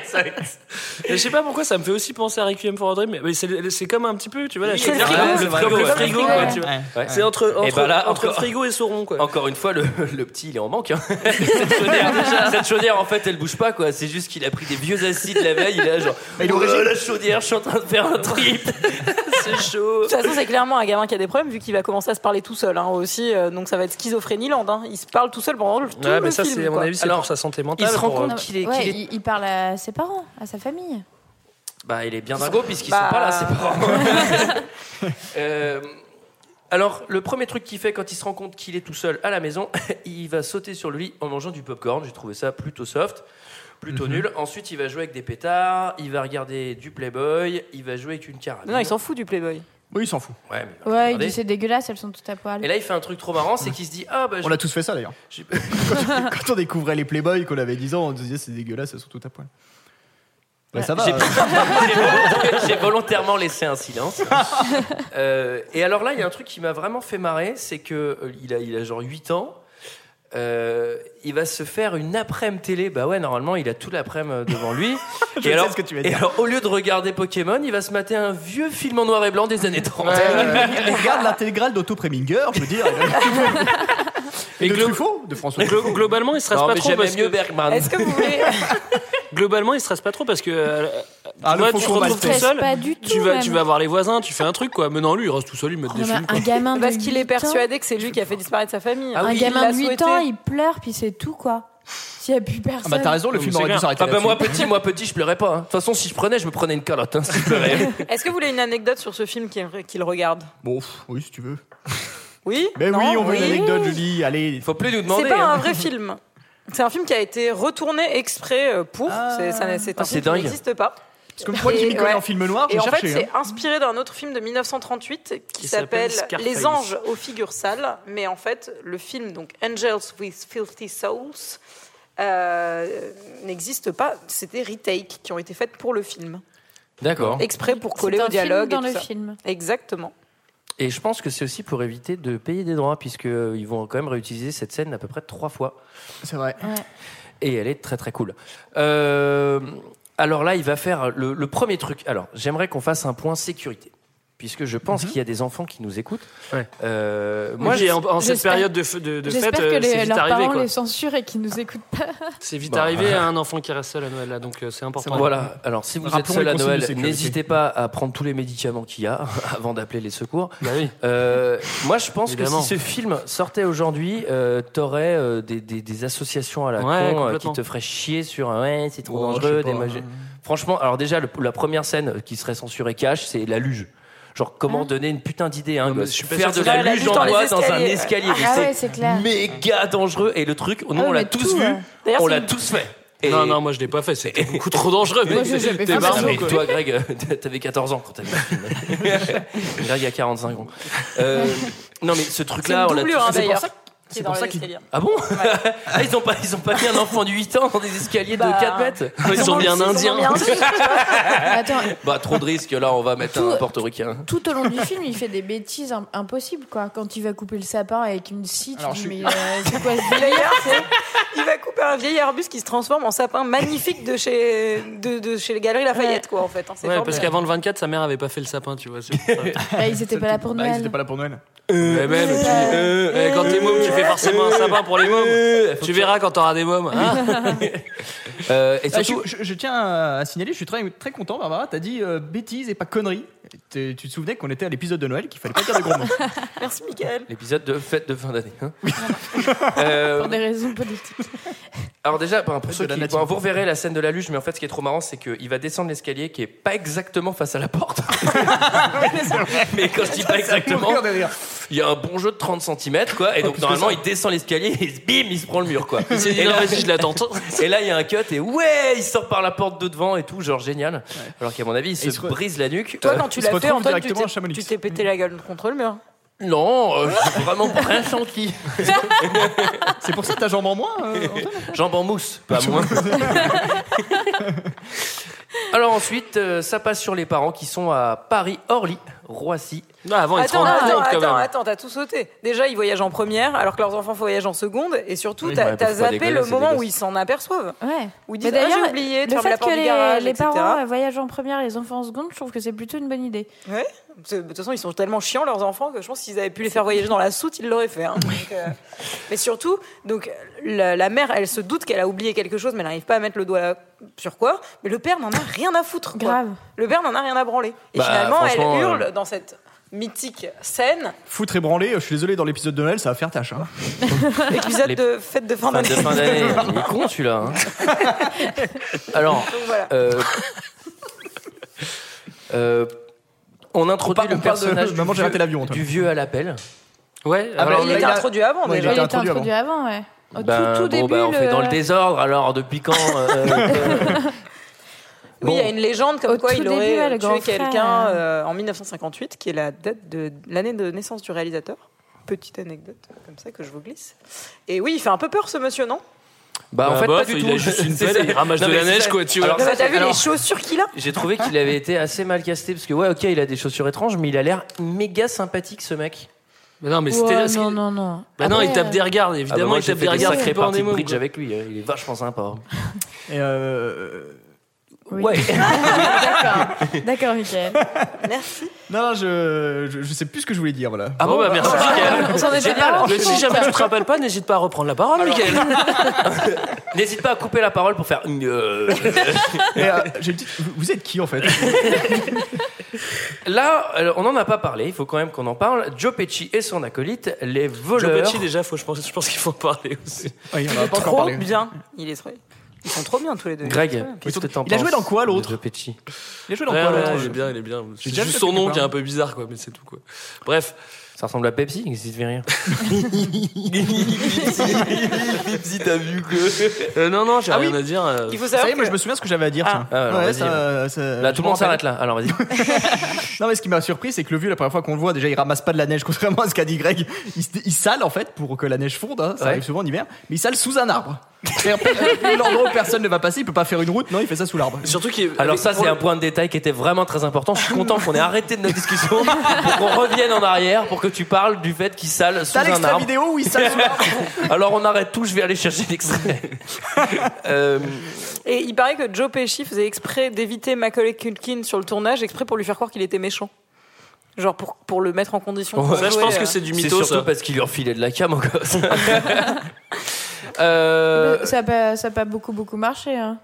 S1: Exact.
S3: Et Je sais pas pourquoi ça me fait aussi penser à Requiem for a Dream, mais- mais c'est c'est comme un petit peu, tu vois, la
S1: Oui,
S3: chaudière,
S1: c'est le
S3: euh,
S1: frigo, c'est
S3: frigo, le
S1: vrai.
S3: frigo,
S1: Ouais.
S3: quoi, tu vois.
S2: Ouais.
S1: Ouais.
S3: C'est entre, entre,
S1: Et ben là,
S3: entre
S1: encore-
S3: frigo et Sauron, quoi.
S1: Encore une fois, le, le petit, il est en manque. hein. Cette, chaudière, cette chaudière, en fait, elle bouge pas, quoi. C'est juste qu'il a pris des vieux acides la veille, gars, il est là, genre.
S10: Mais il est
S1: Oh là
S10: origine-
S1: la chaudière, je suis en train de faire un trip. c'est chaud.
S10: De toute façon, c'est clairement un gamin qui a des problèmes vu qu'il va commencer à se parler tout seul hein, aussi. euh, donc ça va être schizophrénie land. hein. Il se parle tout seul pendant le, tout
S3: Ouais, mais
S10: le
S3: ça,
S10: film.
S3: c'est, à mon
S10: quoi.
S3: avis, c'est pour sa santé mentale.
S1: il se rend
S3: pour, euh,
S1: compte qu'il est-
S9: Ouais,
S1: qu'il est-
S9: il, il parle à ses parents, à sa famille.
S1: Bah, il est bien
S9: Ils sont-
S1: dingo puisqu'ils
S9: Bah.
S1: sont pas là, ses parents. Euh, alors, le premier truc qu'il fait quand il se rend compte qu'il est tout seul à la maison, il va sauter sur lui en mangeant du popcorn. J'ai trouvé ça plutôt soft, plutôt
S3: Mhm.
S1: nul. Ensuite, il va jouer avec des pétards, il va regarder du Playboy, il va jouer avec une carabine.
S10: Non, il s'en fout du Playboy.
S2: Oui, il s'en fout.
S1: Ouais, mais il va
S9: Ouais, il
S1: regarder.
S9: dit c'est dégueulasse, elles sont toutes à poil.
S1: Et là, il fait un truc trop marrant, c'est qu'il se dit Ah, bah,
S2: On l'a tous fait ça d'ailleurs. Quand on découvrait les Playboy, qu'on avait 10 ans, on se disait c'est dégueulasse, elles sont tout à poil. Bah, ça va.
S1: J'ai-
S2: euh.
S1: J'ai volontairement- J'ai volontairement laissé un silence. Euh, et alors là, il y a un truc qui m'a vraiment fait marrer, c'est que euh, il, a, il a genre 8 ans. euh, il va se faire une après-midi télé. Bah ouais, normalement, il a tout l'après-midi euh, devant lui.
S2: Je sais ce que tu vas
S1: et
S2: dire.
S1: alors, au lieu de regarder Pokémon, il va se mater un vieux film en noir et blanc des années 30.
S2: Euh, il regarde l'intégrale d'Otto Preminger, je veux dire. Et de Truffaut, de François
S3: Glo-
S2: Truffaut.
S3: globalement, il se stresse
S2: Non,
S3: pas
S2: mais
S3: trop.
S2: j'aimais
S3: parce
S2: mieux
S3: que...
S2: Bergman. Est-ce que vous
S10: voulez
S3: Globalement, il se stresse pas trop parce que euh,
S2: Ah,
S3: tu,
S2: le
S3: vois,
S2: faux
S3: tu te
S2: combat,
S3: retrouves
S2: il se
S3: tout
S2: stresse
S3: seul.
S9: pas du
S3: tu
S9: tout,
S3: vas,
S9: même. Oh,
S3: tu vas voir les voisins, tu fais un truc quoi. Mais non, lui, il reste tout seul, il met des films. quoi.
S9: un gamin de
S10: Parce qu'il est
S9: 8 ans. Ah
S10: persuadé que c'est lui qui a fait disparaître sa famille.
S1: Ah
S9: un
S10: Il
S9: gamin
S10: l'a
S9: de 8
S10: souhaité.
S9: ans, il pleure, puis c'est tout, quoi. S'il n'y a
S10: Ah bah,
S9: plus personne.
S2: bah,
S1: Non, mais c'est clair. Ah bah moi petit, moi petit, je pleurais pas. hein. De toute façon, si je prenais, je me prenais une calotte. hein, si je pleurais.
S10: Est-ce que vous voulez une anecdote sur ce film qu'il qu'il regarde
S2: Bon, pff, oui, si tu veux.
S10: Oui
S2: Mais Ben oui,
S10: Non
S2: on veut une
S10: Oui.
S2: anecdote, hein. Julie. Allez.
S1: Faut plus nous hein.
S10: C'est pas un vrai film. C'est un film qui a été retourné exprès euh, pour. C'est ça n'a- c'est
S2: Ah,
S10: un
S2: c'est
S10: film
S2: dingue.
S10: qui n'existe pas. Parce
S2: que moi qui m'y connais en film noir,
S10: Et
S2: j'ai
S10: en fait,
S2: cherché,
S10: c'est
S2: hein.
S10: inspiré d'un autre film de 1938 qui,
S2: Qui s'appelle
S10: s'appelle
S2: Scarface.
S10: Les anges aux figures sales. Mais en fait, le film, donc Angels with Filthy Souls, euh, n'existe pas. C'est des retakes qui ont été faites pour le
S2: Oh.
S10: film.
S1: D'accord.
S10: Exprès pour
S9: C'est
S10: coller
S9: un
S10: au
S9: film
S10: dialogue. et
S9: dans
S10: tout
S9: le
S10: ça.
S9: film.
S10: Exactement.
S1: Et je pense que c'est aussi pour éviter de payer des droits, puisque euh, ils vont quand même réutiliser cette scène à peu près trois fois.
S2: C'est vrai.
S1: Et elle est très très cool. Euh, alors là, il va faire le, le premier truc. Alors, j'aimerais qu'on fasse un point sécurité, puisque je pense qu'il y a des enfants qui nous écoutent. Euh,
S3: Moi, Mhm. j'ai en, en cette
S9: J'espère-
S3: période de, f- de, de
S9: J'espère
S3: fête,
S9: que
S3: euh,
S9: les-
S3: c'est vite
S9: leurs
S3: arrivé.
S9: parents
S3: quoi.
S9: les censurent et qu'ils nous écoutent pas.
S3: C'est vite
S1: Bah,
S3: arrivé
S1: ouais.
S3: à un enfant qui reste seul à Noël là, donc euh, c'est important.
S1: Voilà. Alors, si vous
S3: Rappelons
S1: êtes seul
S3: les
S1: à
S3: consignes
S1: Noël,
S3: de sécurité.
S1: n'hésitez pas à prendre tous les médicaments qu'il y a avant d'appeler les secours.
S3: oui.
S1: Euh, moi, je pense
S3: Évidemment.
S1: que si ce film sortait aujourd'hui, euh, t'aurais euh, des, des- des associations à la
S3: Ouais,
S1: con euh, qui
S3: complètement.
S1: te feraient chier sur un, ouais, c'est trop
S3: Oh, je
S1: dangereux.
S3: sais pas,
S1: des magi- Franchement, alors déjà, le- la première scène qui serait censurée cash, c'est la luge. Genre,
S3: Hein
S1: comment donner une putain d'idée à un gosse
S3: je suis pas
S1: Faire de
S3: sûr que
S1: la
S3: ça-
S1: luge
S3: dans
S1: en
S3: les
S1: bois dans un
S3: escaliers.
S1: escalier.
S3: Ah
S1: mais
S9: ouais, c'est clair.
S1: méga dangereux. Et le truc, nous,
S9: Ah ouais,
S1: on l'a
S9: mais
S1: tous
S9: tout,
S1: vu.
S9: hein. D'ailleurs,
S1: On
S9: c'est
S1: l'a
S9: une-
S1: tous fait.
S3: Non, non, moi je l'ai pas fait, c'était beaucoup trop dangereux.
S1: Moi,
S3: mais-
S1: j'ai jamais
S3: t'es
S1: fait ça.
S3: barré,
S1: Ah, Mais
S3: quoi.
S1: toi, Greg, euh, t'as- t'avais 14 ans quand t'as vu le film. Greg a 45 ans. Euh, non, mais ce truc-là, on l'a tous
S10: hein,
S1: fait.
S10: d'ailleurs.
S1: c'est
S10: qui est
S1: pour
S10: dans
S1: ça
S10: les
S1: qu'il-
S10: escaliers.
S1: Ah bon Ah, ils, ont pas, ils ont pas mis un enfant de 8 ans dans des escaliers
S10: Bah,
S1: de 4 mètres
S10: ils Ils ont ont mis mis- un ils ont Indien. mis un Indien,
S9: Attends,
S1: Bah, trop de risques, là, on va mettre
S9: Tout-
S1: un portoricain.
S9: tout au long du film, il fait des bêtises im- impossibles, quoi. Quand il va couper le sapin avec une scie, tu
S10: Alors,
S9: dis,
S10: je suis-
S9: mais euh, c'est quoi ce délire
S10: D'ailleurs, il va couper un vieil arbuste qui se transforme en sapin magnifique de chez, de, de chez les Galeries Lafayette, quoi, en fait. hein, c'est
S3: Ouais, parce
S10: formidable.
S3: qu'avant le 24, sa mère avait pas fait le sapin, tu vois. c'est
S1: Euh,
S3: pour ça.
S9: Bah, Ils étaient pas là pour
S3: Bah, ils
S9: Noël.
S3: étaient
S2: C'était pas là pour Noël.
S3: Eh ben,
S1: euh,
S3: mais tu- eh, quand t'es môme, tu fais forcément un sapin pour les mômes. Tu verras quand t'auras des mômes. hein.
S1: Euh, et
S2: Ah,
S1: surtout,
S2: je, je- je tiens à signaler, je suis très, très content, Barbara. T'as dit euh, bêtises et pas conneries. T'es- Tu te souvenais qu'on était à l'épisode de Noël qu'il fallait pas dire de gros mots.
S10: Merci, Michael.
S1: l'épisode de fête de fin d'année. hein. Euh,
S9: Pour des raisons politiques.
S1: Alors déjà, ben, pour ceux
S2: la
S1: qui,
S2: nature.
S1: bon, vous reverrez la scène de la luge, mais en fait, ce qui est trop marrant, c'est qu'il va descendre l'escalier qui est pas exactement face à la porte. mais quand je dis pas exactement,
S2: mourir de rire.
S1: il y a un bon jeu de 30 cm, quoi. Et donc
S3: plus que
S1: normalement,
S3: ça.
S1: il descend l'escalier et bim, il se prend le mur, quoi.
S3: Il s'est dit,
S1: Et
S3: non,
S1: là-
S3: vas-y, je l'attends.
S1: Et là, il y a un cut et ouais, il sort par la porte de devant et tout, genre génial. Alors qu'à mon avis, il se,
S2: il se re-
S1: brise la nuque.
S10: Toi,
S1: Euh,
S10: quand tu
S1: il se
S10: l'as fait,
S1: retrouve
S10: Antoine, tu
S1: directement
S10: t'es-
S1: à Chamonix.
S10: tu t'es pété la gueule contre le mur.
S1: Non, euh, je suis vraiment pas gentil.
S2: C'est pour ça que t'as jambes en moins. euh,
S1: Jambes en mousse, pas moins. Alors ensuite, euh, ça passe sur les parents qui sont à Paris, Orly, Roissy.
S3: Non, avant,
S10: Attends, attends, attends, attends, t'as tout sauté. Déjà, ils voyagent en première, alors que leurs enfants voyagent en seconde, et surtout,
S1: Oui,
S10: t'as
S1: ouais,
S10: t'as
S1: faut pas
S10: zappé
S1: déconner,
S10: le
S1: c'est
S10: moment
S1: des
S10: où
S1: gosses.
S10: ils s'en aperçoivent.
S9: Ouais.
S10: Où ils
S9: Mais
S10: disent, ah,
S9: d'ailleurs,
S10: j'ai oublié de
S9: le
S10: fermer
S9: fait
S10: la porte
S9: que
S10: du
S9: les,
S10: garage,
S9: les
S10: etc.
S9: parents euh, voyagent en première, les enfants en seconde, je trouve que c'est plutôt une bonne idée.
S10: Ouais. C'est- De toute façon, ils sont tellement chiants, leurs enfants, que je pense qu'ils avaient pu les faire voyager dans la soute, ils l'auraient fait. hein. Donc, euh, Mais surtout, donc, la, la mère, elle se doute qu'elle a oublié quelque chose, mais elle n'arrive pas à mettre le doigt sur quoi, mais le père n'en a rien à foutre. quoi.
S9: Grave.
S10: Le père n'en a rien à branler. Et
S2: Bah,
S10: finalement,
S2: franchement,
S10: elle hurle
S2: euh,
S10: dans cette mythique scène,
S2: Foutre et branler, je suis désolé, dans l'épisode de Noël, ça va faire tâche. Hein.
S10: épisode
S2: Les-
S10: de fête de fin
S2: Fin de
S10: d'année.
S2: fin d'année.
S1: Il est con celui-là. hein. Alors, euh, euh, on introduit
S2: on
S1: le
S2: parle de
S1: personnage
S2: Maman,
S1: du,
S2: j'ai raté l'avion,
S1: vieux,
S2: toi.
S1: du vieux à l'appel.
S3: Ouais,
S2: Ah, alors, bah, il il était a- introduit avant,
S9: Il
S2: déjà.
S9: était
S2: introduit
S9: introduit, avant, ouais.
S3: Ah,
S9: Au
S1: Ben, bon,
S9: tout, tout début.
S1: bah, on fait
S9: le-
S3: euh.
S1: dans le désordre alors depuis quand euh,
S10: Oui, il y a une légende comme
S9: Au
S10: quoi
S9: tout
S10: il
S9: début,
S10: aurait
S9: elle,
S10: euh,
S9: le grand
S10: tué
S9: frère,
S10: quelqu'un
S9: euh,
S10: euh, en 1958, qui est la date de l'année de naissance du réalisateur. Petite anecdote comme ça que je vous glisse. Et oui, il fait un peu peur ce monsieur, non
S1: Bah, en
S3: Bah,
S1: fait
S3: bof,
S1: pas du
S3: il
S1: tout.
S3: a juste une
S1: C'est
S3: pelle,
S1: ça.
S3: il ramasse
S1: Non,
S3: de la
S1: mais c'est
S3: neige,
S1: ça.
S3: quoi, tu vois.
S1: Alors,
S10: Non, mais
S1: ça,
S10: T'as vu les
S1: alors,
S10: chaussures qu'il a
S1: J'ai trouvé qu'il avait été assez mal casté parce que ouais ok il a des chaussures étranges mais il a l'air méga sympathique ce mec.
S3: Bah non mais
S9: Ouais,
S3: c'était là, ce
S9: non,
S3: qu'il-
S9: non, non.
S3: Bah non, il
S9: Après,
S3: tape des
S9: euh,
S3: regards,
S1: Ah bah,
S3: évidemment,
S1: moi,
S3: il
S1: j'ai
S3: tape
S1: fait
S3: des regards.
S1: sacré
S3: il peut en
S1: parti de
S3: émo,
S1: bridge
S3: quoi.
S1: avec lui. euh, Il est vachement sympa.
S2: Et euh,
S1: Ouais.
S9: D'accord, D'accord, Michael.
S2: Non, non, je, je, je sais plus ce que je voulais dire, voilà.
S1: Ah bon bah merci Mickaël.
S9: On s'en est
S3: Génial.
S9: déjà
S3: Mais si jamais tu te rappelles pas, n'hésite pas à reprendre la parole, Mickaël.
S1: N'hésite pas à couper la parole pour faire. une, euh,
S2: Et, euh, j'ai une petite- vous- Vous êtes qui en fait
S1: Là, alors, on n'en a pas parlé, il faut quand même qu'on en parle. Joe Pesci et son acolyte, les voleurs.
S3: Joe Pesci, déjà, faut, je pense, je pense qu'il faut en parler aussi.
S2: Ouais, on en
S10: Il
S2: a
S10: est
S2: pas encore
S10: trop
S2: parlé.
S10: bien. Il est trop- Ils sont trop bien tous les deux.
S1: Greg,
S10: Ouais.
S1: qu'est-ce que t'en
S2: Il a
S1: penses
S2: joué dans quoi l'autre
S1: de Joe Pesci
S2: Il a joué dans
S3: Ouais,
S2: quoi
S3: ouais,
S2: l'autre
S3: il est bien, il est bien. C'est
S2: déjà
S3: juste
S2: fait
S3: son nom
S2: quelque
S3: qui est
S2: part.
S3: un peu bizarre, quoi, mais c'est tout, quoi. Bref.
S1: Ça ressemble à Pepsi, si tu te fais rien. Pepsi, t'as vu que.
S3: Euh, non, non, j'ai
S2: Ah
S3: rien
S2: oui.
S3: à dire. euh,
S10: Il faut
S2: Ça
S10: savoir
S2: y est, moi
S10: que-
S2: je me souviens ce que j'avais à dire. tiens.
S1: Ah, alors,
S2: Ouais,
S1: vas-y.
S2: ça- ça-
S1: Là,
S2: je
S1: tout le
S2: m'en
S1: monde
S2: rappelle.
S1: s'arrête là. Alors, vas-y.
S2: Non, mais ce qui m'a surpris, c'est que le vieux, la première fois qu'on le voit, déjà il ramasse pas de la neige, contrairement à ce qu'a dit Greg. Il, se- il sale en fait pour que la neige fonde, hein, ça
S1: Ouais.
S2: arrive souvent en hiver, mais il sale sous un arbre. C'est-à-dire, L'endroit où personne ne va passer, il peut pas faire une route, non, il fait ça sous l'arbre.
S3: Surtout qu'il.
S1: Alors,
S3: avec-
S1: ça,
S3: pour
S1: c'est
S3: le-
S1: un point de détail qui était vraiment très important. Je suis content qu'on ait arrêté de notre discussion pour qu'on revienne en arrière pour que tu parles du fait qu'il sale sous
S2: T'as
S1: un
S2: l'extrait
S1: arbre.
S2: vidéo où il sale sous l'arbre
S1: Alors, on arrête tout, je vais aller chercher l'extrait. Euh,
S10: Et il paraît que Joe Pesci faisait exprès d'éviter Macaulay Culkin sur le tournage, exprès pour lui faire croire qu'il était méchant. Genre pour, pour le mettre en condition. pour
S3: Ça, je
S10: jouer,
S3: pense que
S10: euh.
S3: c'est du
S1: c'est
S3: mytho,
S1: surtout
S3: ça.
S1: parce qu'il lui enfilait de la cam, mon gosse. Euh,
S9: Bah, Ça n'a pas, ça a pas beaucoup, beaucoup marché. Hein.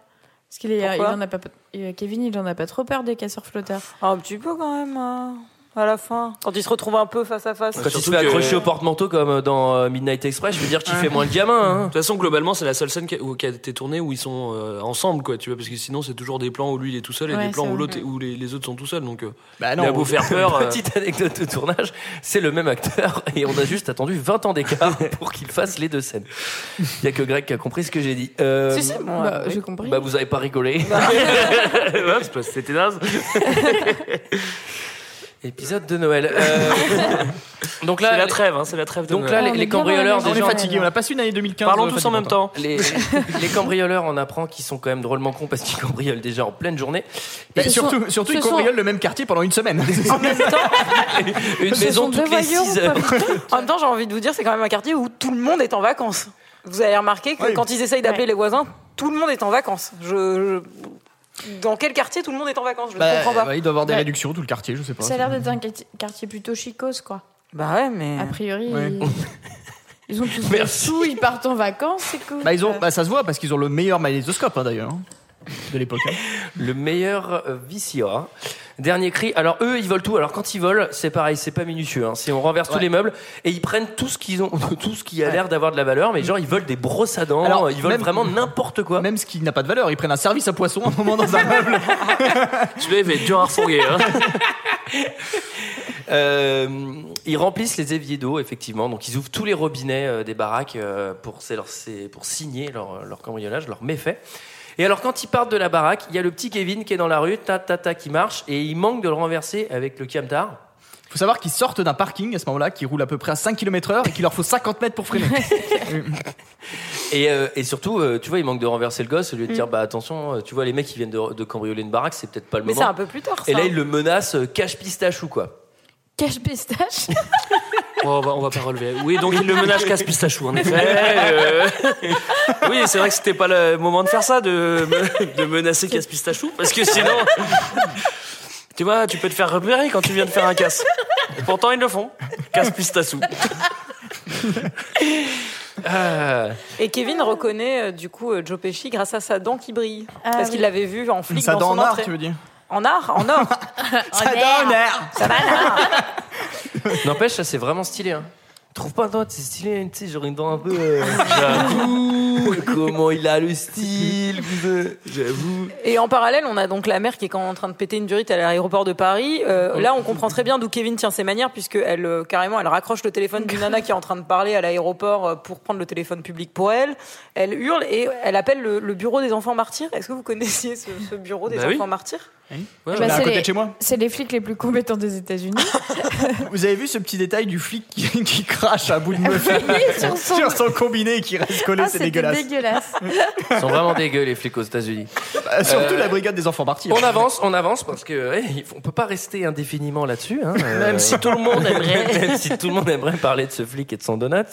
S9: Parce qu'il est, il
S10: Pourquoi
S9: en a pas, il- Kevin, il en a pas trop peur des casseurs flotteurs.
S10: Un petit peu quand même, euh, à la fin. Quand ils se retrouvent un peu face à face.
S1: Quand il se
S3: Surtout
S1: fait
S3: que-
S1: accrocher au porte-manteau comme dans euh, Midnight Express, je veux dire qu'il fait moins le gamin. Hein.
S3: De toute façon, globalement, c'est la seule scène qui a, où- qui a été tournée où ils sont euh, ensemble, quoi, tu vois, parce que sinon, c'est toujours des plans où lui il est tout seul et
S9: Ouais,
S3: des plans
S9: c'est
S3: où
S9: vrai.
S3: l'autre, où les, les autres sont tout seuls. Donc, euh,
S2: Bah
S3: il a beau faire peur. euh,
S1: Petite anecdote de tournage, c'est le même acteur et on a juste attendu 20 ans d'écart pour qu'il fasse les deux scènes. Il n'y a que Greg qui a compris ce que j'ai dit. Euh,
S10: Si, si, bon,
S9: bah,
S10: oui.
S9: J'ai compris.
S1: bah, vous avez pas rigolé.
S3: ouais, c'est parce que C'était naze.
S1: Épisode de Noël. Euh, donc
S3: C'est
S1: là,
S3: la trêve, hein, c'est la trêve de
S1: donc
S3: Noël.
S1: là les,
S9: Oh, on
S1: les
S9: est bien
S1: cambrioleurs,
S9: dans
S1: des
S9: la
S2: On est
S1: gens,
S2: fatigué, on a passé une année 2015.
S3: Parlons
S2: euh,
S3: tous
S2: fatigué
S3: en même
S2: longtemps.
S3: temps.
S1: les, les cambrioleurs, on apprend qu'ils sont quand même drôlement cons parce qu'ils cambriolent déjà en pleine journée.
S2: Et
S9: Ce
S2: surtout,
S9: sont-
S2: surtout
S9: ce
S2: ils cambriolent le même quartier pendant une semaine.
S1: Une
S9: Ce
S1: maison
S9: sont
S1: toutes
S9: deux
S1: les
S9: voyous,
S1: 6 heures.
S10: En même temps, j'ai envie de vous dire, c'est quand même un quartier où tout le monde est en vacances. Vous avez remarqué que
S2: Oui.
S10: quand ils essayent d'appeler
S9: Ouais.
S10: les voisins, tout le monde est en vacances. Je, je- Dans quel quartier tout le monde est en vacances Je ne
S2: Bah,
S10: comprends pas.
S2: bah, il doit avoir des
S9: Ouais.
S2: réductions, tout le quartier, je sais pas.
S9: Ça a l'air d'être un quartier- quartier plutôt chicose, quoi.
S10: Bah ouais, mais.
S9: A priori,
S2: Ouais.
S9: ils... ils ont tous des
S1: Merci.
S9: sous, ils partent en vacances, c'est cool. Euh,
S2: Bah, ils ont, bah, ça se voit parce qu'ils ont le meilleur magnétoscope hein, d'ailleurs hein, de l'époque. hein.
S1: Le meilleur euh, VCR. Dernier cri. Alors eux, ils volent tout. Alors quand ils volent, c'est pareil, c'est pas minutieux. hein. C'est on renverse tous
S2: Ouais.
S1: les meubles et ils prennent tout ce qu'ils ont, tout ce qui a l'air d'avoir de la valeur. Mais genre ils volent des brosses à dents.
S2: Alors,
S1: ils volent
S2: même-
S1: vraiment n'importe quoi.
S2: Même ce qui n'a pas de valeur, ils prennent un service à poisson à un moment dans un meuble.
S3: Celui-là, il va être dur à refourguer. Hein.
S1: Euh, ils remplissent les éviers d'eau effectivement. Donc ils ouvrent tous les robinets euh, des baraques euh, pour c'est leur- c'est pour signer leur, leur cambriolage, leur méfait. Et alors quand ils partent de la baraque, il y a le petit Kevin qui est dans la rue, ta ta ta qui marche et il manque de le renverser avec le camtar.
S2: Faut savoir qu'ils sortent d'un parking à ce moment-là, qui roule à peu près à 5 km/h et qu'il leur faut 50 mètres pour freiner.
S1: Et, euh, et surtout, euh, tu vois, il manque de renverser le gosse au
S10: Mm.
S1: lieu de dire, bah attention, euh, tu vois, les mecs qui viennent de, de cambrioler une baraque, c'est peut-être pas le
S10: Mais c'est
S1: moment.
S10: un peu plus tard. Ça.
S1: Et là, il le menace, euh, cache pistache ou quoi.
S9: Cache pistache.
S3: Bon, Oh, on, va, on va pas relever. Oui, donc il le menace casse pistachou, en effet. Euh, Oui, c'est vrai que c'était pas le moment de faire ça, de, me- de menacer casse pistachou, parce que sinon, tu vois, tu peux te faire repérer quand tu viens de faire un casse. Et pourtant, ils le font. Casse pistachou.
S1: Ah.
S10: Et Kevin reconnaît euh, du coup euh, Joe Pesci grâce à sa dent qui brille. parce qu'il
S2: oui.
S10: l'avait vu en flic
S2: Sa
S10: dans
S2: dent
S10: son
S2: en or,
S10: entrée.
S2: tu veux dire
S10: En art, en or.
S2: Sa dent en or.
S10: Ça va là
S1: N'empêche, ça c'est vraiment stylé. Hein. Trouve pas toi, c'est stylé, tu sais, genre une dent un peu. euh, J'avoue, comment il a le style, cousin. j'avoue.
S10: Et en parallèle, on a donc la mère qui est quand même en train de péter une durite à l'aéroport de Paris. Euh, là, on comprend très bien d'où Kevin tient ses manières, puisque elle, euh, carrément, elle raccroche le téléphone d'une nana qui est en train de parler à l'aéroport euh, pour prendre le téléphone public pour elle. Elle hurle et elle appelle le, le bureau des enfants martyrs. Est-ce que vous connaissiez ce, ce bureau des
S2: Bah
S10: enfants
S2: oui.
S10: martyrs
S2: Ouais,
S9: Bah,
S2: à
S9: c'est
S2: côté
S9: les-
S2: de chez moi.
S9: C'est les flics les plus compétents des États-Unis.
S2: Vous avez vu ce petit détail du flic qui, qui crache à bout de meuf
S9: Oui, sur son-
S2: Sur son combiné qui reste collé,
S9: Ah,
S2: c'est
S9: c'était
S2: dégueulasse.
S9: dégueulasse.
S1: Ils sont vraiment dégueux, les flics aux États-Unis.
S2: Bah, surtout
S1: Euh,
S2: la brigade des enfants partis.
S1: On avance, on avance parce que ouais, il faut- on peut pas rester indéfiniment là-dessus. hein. Euh,
S3: Même si tout le monde aimerait.
S1: même si tout le monde aimerait parler de ce flic et de son donut.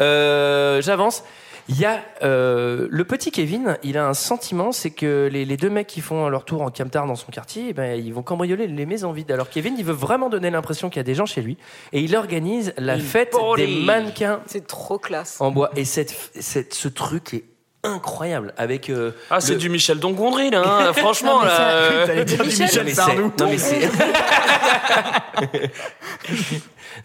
S1: Euh, J'avance. Il y a euh, le petit Kevin. Il a un sentiment, c'est que les, les deux mecs qui font leur tour en camtar dans son quartier, eh ben, ils vont cambrioler les maisons vides. Alors Kevin, il veut vraiment donner l'impression qu'il y a des gens chez lui, et il organise la
S10: Une
S1: fête des
S10: party.
S1: mannequins
S10: C'est trop classe.
S1: en bois. Et cette, cette- ce truc est incroyable avec. euh,
S3: Ah, c'est
S1: le-
S3: du Michel Dongondry, là. hein. Franchement,
S1: Non, mais
S3: là.
S1: ça-
S3: euh,
S1: T'allais dire du Michel
S3: Non, mais c'est-
S1: Sardou.
S3: non, mais c'est-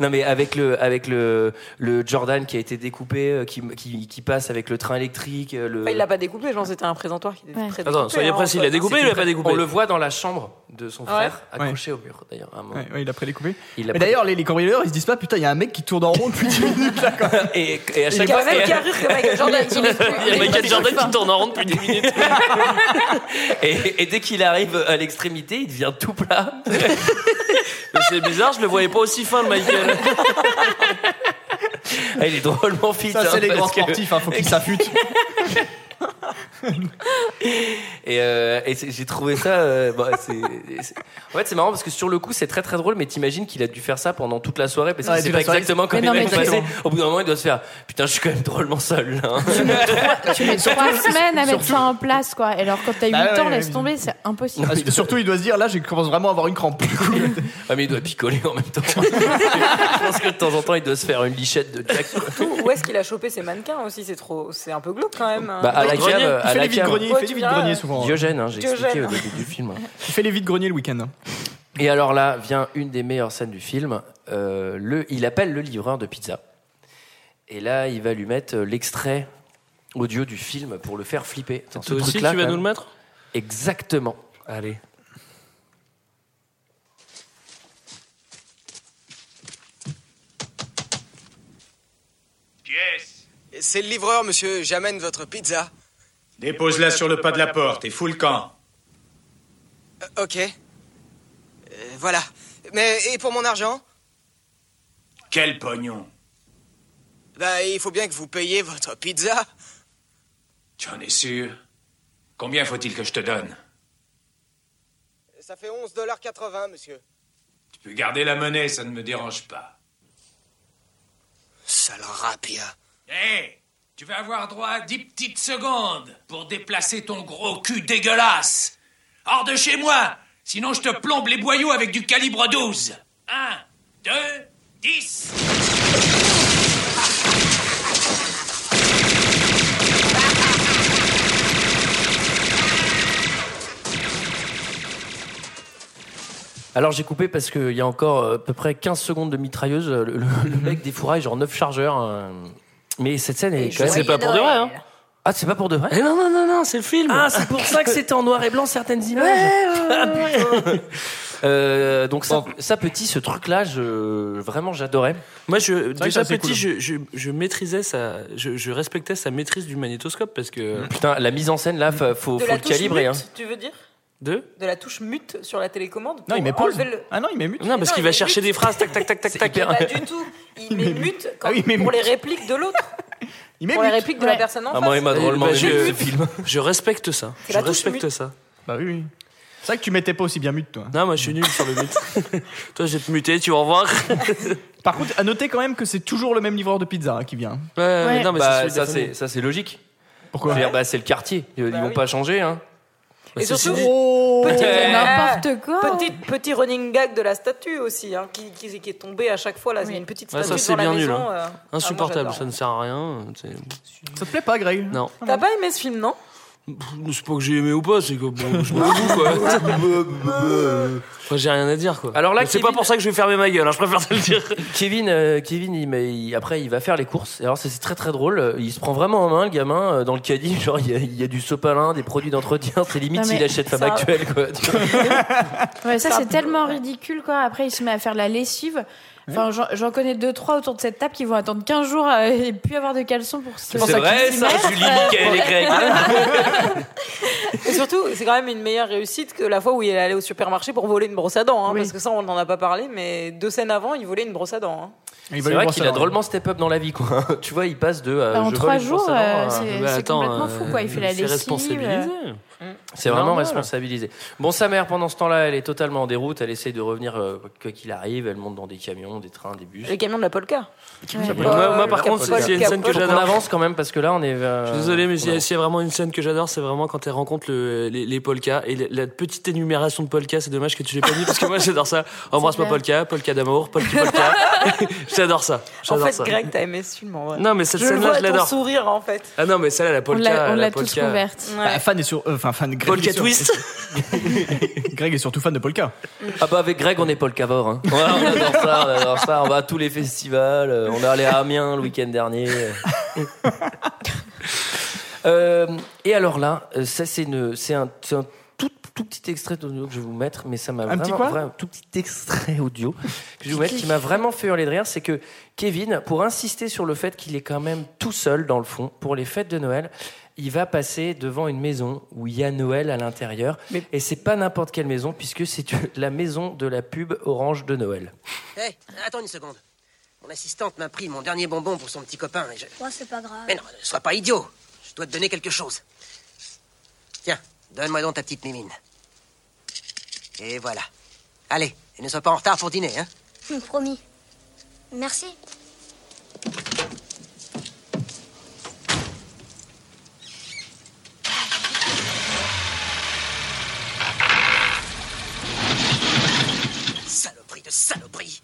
S1: Non mais avec le avec le le Jordan qui a été découpé, euh, qui qui, qui passe avec le train électrique, euh, le.
S10: Enfin, Ah, il l'a pas découpé, genre c'était un présentoir qui était très
S1: Attends,
S10: découpé,
S1: soyez
S10: hein,
S1: précis, il
S10: en
S1: a
S10: fait.
S1: découpé ou il a pas découpé
S3: On le
S1: voit dans la chambre de son frère accroché au mur d'ailleurs. à un moment.
S2: Ouais, ouais, il a prédécoupé.
S1: Il l'a
S2: Mais d'ailleurs, les, les cambrioleurs, ils se disent pas putain, il y a un mec qui tourne en rond depuis 10 minutes là. Quand même.
S1: Et, et à
S2: Il
S1: chaque
S2: y a
S1: fois,
S2: même
S1: et-
S2: Carrure que Michael Jordan, il est plus-
S3: Il y a Michael Jordan qui tourne en rond depuis 10 minutes.
S1: et, et dès qu'il arrive à l'extrémité, il devient tout plat.
S3: Mais C'est bizarre, je le voyais pas aussi fin, le Michael.
S1: Ah, il est drôlement fit.
S2: Ça, c'est
S1: hein,
S2: les
S1: parce
S2: grands
S1: que-
S2: sportifs, hein, faut qu'ils s'affûtent.
S1: Et, euh, et c'est- j'ai trouvé ça. euh, bah, c'est- c'est- en fait, c'est marrant parce que sur le coup, c'est très très drôle, mais t'imagines qu'il a dû faire ça pendant toute la soirée parce que
S2: Ouais,
S1: c'est
S2: toute
S1: pas
S2: la soirée,
S1: exactement
S2: c'est-
S1: comme
S2: Mais
S1: il
S2: non,
S1: va
S2: mais
S1: être passé.
S2: exactement.
S1: Au bout d'un moment, il doit se faire Putain, je suis quand même drôlement seul. hein. là.
S9: Tu mets trois semaines à mettre ça en place, quoi. Et alors, quand t'as 8
S1: Bah ouais,
S9: ans,
S1: ouais,
S9: laisse tomber, c'est impossible.
S2: Ah, sur- surtout, il doit se dire là, je commence vraiment à avoir une crampe.
S1: Ah, mais il doit picoler en même temps. je pense que de temps en temps, il doit se faire une lichette de Jack. quoi.
S10: Surtout, où est-ce qu'il a chopé ses mannequins aussi C'est trop, c'est un peu glauque quand même. hein.
S1: Bah, à la cave, euh, à la cave.
S10: Ouais, tu verras.
S1: Diogène, hein, j'ai expliqué
S10: Diogène.
S1: au début du film.
S2: Il fait les vides greniers le week-end. hein.
S1: Et alors là vient une des meilleures scènes du film. Euh, le, il appelle le livreur de pizza. Et là, il va lui mettre euh, l'extrait audio du film pour le faire flipper. Attends, ce
S3: Toi aussi, tu
S1: truc-là,
S3: vas
S1: quand
S3: nous
S1: même.
S3: le mettre
S1: Exactement. Allez.
S8: C'est le livreur, monsieur. J'amène votre pizza.
S12: Dépose-la sur le pas de la porte et fous le camp.
S8: Euh, ok. Euh, voilà. Mais et pour mon argent
S12: Quel pognon
S8: Bah, il faut bien que vous payiez votre pizza.
S12: Tu en es sûr Combien faut-il que je te donne
S8: Ça fait 11,80$, monsieur.
S12: Tu peux garder la monnaie, ça ne me dérange pas.
S8: Sale rapia.
S12: Hé Eh, Tu vas avoir droit à 10 petites secondes pour déplacer ton gros cul dégueulasse Hors de chez moi Sinon je te plombe les boyaux avec du calibre 12 Un, deux, dix
S1: Alors j'ai coupé parce qu'il y a encore euh, à peu près 15 secondes de mitrailleuse. euh, Le, le-
S3: Mhm.
S1: le mec défouraille genre 9 chargeurs. euh. Mais cette scène est
S3: je
S1: quand même.
S3: C'est pas pour de vrai, hein.
S1: Ah, c'est pas pour de vrai
S3: Eh non, non, non, non, c'est le film.
S1: Ah, c'est pour ça que c'était en noir et blanc certaines images. Ah, Euh, donc ça, ça petit, ce truc-là, je, vraiment j'adorais.
S3: Moi, je,
S1: que
S3: déjà
S1: ça, c'est
S3: petit,
S1: cool.
S3: je, je, je maîtrisais sa, je, je respectais sa maîtrise du magnétoscope parce que.
S1: Putain, la mise en scène là, fa- faut,
S10: De
S1: faut
S10: la
S1: le
S10: touche
S1: calibrer.
S10: mute,
S1: hein.
S10: Tu veux dire
S3: Deux
S10: De la touche mute sur la télécommande
S1: Non, il
S10: pour
S1: met pause.
S10: enlever le-
S2: Ah non, il met mute.
S3: Non, parce
S10: Non,
S3: qu'il
S10: il
S3: va
S10: est
S3: chercher des phrases, tac, tac, tac, tac, tac.
S10: Pas du tout. Il, met mute quand- pour les répliques de l'autre.
S2: Il met
S10: pour les
S2: mute.
S10: répliques de la personne
S2: Ah,
S3: Ah,
S10: en face.
S2: drôlement aimé
S3: Eh, bah, je,
S2: ce film.
S3: je respecte ça.
S10: C'est
S3: Je
S10: la touche
S3: respecte
S10: mute.
S3: ça.
S2: Bah oui, oui. C'est vrai que tu mettais pas aussi bien mute, toi.
S3: Non, moi je suis nul sur le mute. Toi, je vais te muter, tu vas voir.
S2: Par contre, à noter quand même que c'est toujours le même livreur de pizza hein, qui vient.
S3: Ouais, mais non, mais
S1: Bah,
S3: c'est celui de
S1: ça
S3: la famille. Ah,
S1: c'est ça c'est logique.
S2: Pourquoi
S3: Bah
S1: Je veux dire, bah, c'est le quartier. Ils, ils vont pas changer. Hein.
S10: Et surtout, petit,
S9: n'importe quoi.
S10: Petit, petit running gag de la statue aussi, hein, qui, qui, qui est tombée à chaque fois. Là, Il y a une petite
S3: Ouais,
S10: statue
S3: ça, c'est
S10: dans la
S3: bien nul.
S10: maison.
S3: hein.
S10: euh,
S3: Insupportable,
S10: ah, moi,
S3: ça ne sert à rien. c'est-
S2: Ça te plaît pas, Greg
S3: Non.
S10: j'adore. T'as pas aimé ce film, non
S3: C'est pas que j'ai aimé ou pas, c'est que bon, je m'en fous, quoi. Moi, j'ai rien à dire, quoi.
S1: Alors là,
S3: c'est pas pour ça que je vais fermer ma gueule, hein, je préfère te le dire.
S1: Kevin, euh, Kevin il, mais il- après, il va faire les courses. Et alors, ça, c'est très très drôle. Euh, Il se prend vraiment en main, le gamin, euh, dans le caddie. Genre, il y a, il y a du sopalin, des produits d'entretien. C'est limite
S9: Non, mais
S1: s'il achète femme
S9: ça-
S1: actuelle, quoi. Tu vois.
S9: Ouais, ça, c'est tellement ridicule, quoi. Après, il se met à faire la lessive. Enfin, j'en- j'en connais deux, trois autour de cette table qui vont attendre 15 jours euh, et plus avoir de caleçon pour
S1: C'est
S9: se.
S1: vrai, ça, Julie, Mickaël et Greg.
S10: Et surtout, c'est quand même une meilleure réussite que la fois où il est allé au supermarché pour voler une brosse à dents. hein, Parce que ça, on n'en a pas parlé, mais deux scènes avant, il volait une brosse à dents. hein.
S1: C'est
S2: va lui
S1: vrai
S2: voir
S1: qu'il
S2: ça,
S1: a
S2: hein.
S1: drôlement step up dans la vie, quoi. Tu vois, il passe de. euh,
S9: Bah, en
S1: je
S9: trois
S1: vole une
S9: jours,
S1: brosse à dents à-
S9: euh, c'est-
S1: Bah,
S9: c'est
S1: attends,
S9: complètement
S1: euh,
S9: fou, quoi. Il fait la
S3: c'est
S9: lessive.
S3: responsabilisé.
S9: euh.
S1: C'est vraiment
S3: Normal.
S1: responsabilisé. Bon, sa mère, pendant ce temps-là, elle est totalement en déroute. Elle essaye de revenir, euh, quoi qu'il arrive. Elle monte dans des camions, des trains, des bus.
S10: Le camion de la polka. Euh,
S1: Ouais.
S3: Moi- moi,
S1: Paul
S3: par contre,
S1: Capone.
S3: c'est- c'est une scène que
S1: Faut qu'on
S3: j'adore.
S1: avance quand même parce que là, on est.
S3: Je suis désolé, mais s'il y, a- s'il y a vraiment une scène que j'adore, c'est vraiment quand elle rencontre le- les, les polkas. Et la, la petite énumération de polkas, c'est dommage que tu l'aies pas dit parce que moi j'adore ça. Embrasse-moi polka,
S10: clair.
S3: polka d'amour, polka polka. j'adore ça.
S10: En
S3: J'adore
S10: fait,
S3: ça.
S10: Greg, t'as aimé ce film, en vrai.
S3: Non, mais cette
S10: je le
S3: scène-là,
S10: vois
S3: je
S10: à ton
S3: l'adore.
S10: sourire, en fait.
S3: Ah non, mais celle-là, la polka. la polka.
S2: Bah, fan est sur. euh, Enfin, fan Greg.
S3: Polka
S2: est sur-
S3: twist.
S2: Greg est surtout fan de Polka.
S1: Ah bah avec Greg on est Paul Cavor. Hein. Ouais, on adore ça, on adore ça. On va à tous les festivals. euh, On est allé à Amiens le week-end dernier. Euh, et alors là, euh, ça c'est une, c'est un, c'est un tout, tout petit extrait audio que je vais vous mettre, mais ça m'a
S2: Un
S1: vraiment,
S2: petit quoi
S1: vraiment- tout petit extrait audio que je vais vous mettre, qui m'a vraiment fait hurler de rire, c'est que Kevin, pour insister sur le fait qu'il est quand même tout seul dans le fond pour les fêtes de Noël. Il va passer devant une maison où il y a Noël à l'intérieur. Et c'est pas n'importe quelle maison, puisque c'est euh, la maison de la pub Orange de Noël.
S16: Hé, attends une seconde. Mon assistante m'a pris mon dernier bonbon pour son petit copain et je...
S15: Moi, c'est pas grave.
S16: Mais non, sois pas idiot. Je dois te donner quelque chose. Tiens, donne-moi donc ta petite mimine. Et voilà. Allez, et ne sois pas en retard pour dîner, hein.
S15: Hum, Promis. Merci.
S16: Saloperie de saloperie.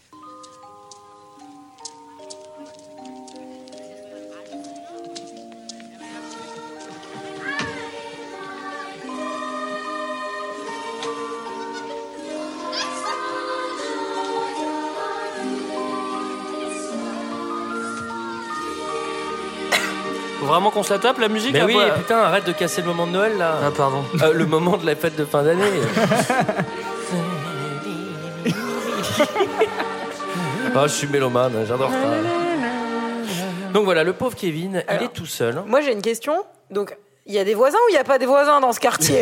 S3: Faut vraiment qu'on se la tape, la musique
S1: Mais
S3: là,
S1: Bah oui,
S3: voilà.
S1: putain, arrête de casser le moment de Noël là. Ah
S3: pardon.
S1: le moment de la fête de fin d'année. Ah, je suis mélomane, j'adore ça. Donc voilà, le pauvre Kevin, il est tout seul.
S10: Moi, j'ai une question. Donc, il y a des voisins ou il n'y a pas des voisins dans ce quartier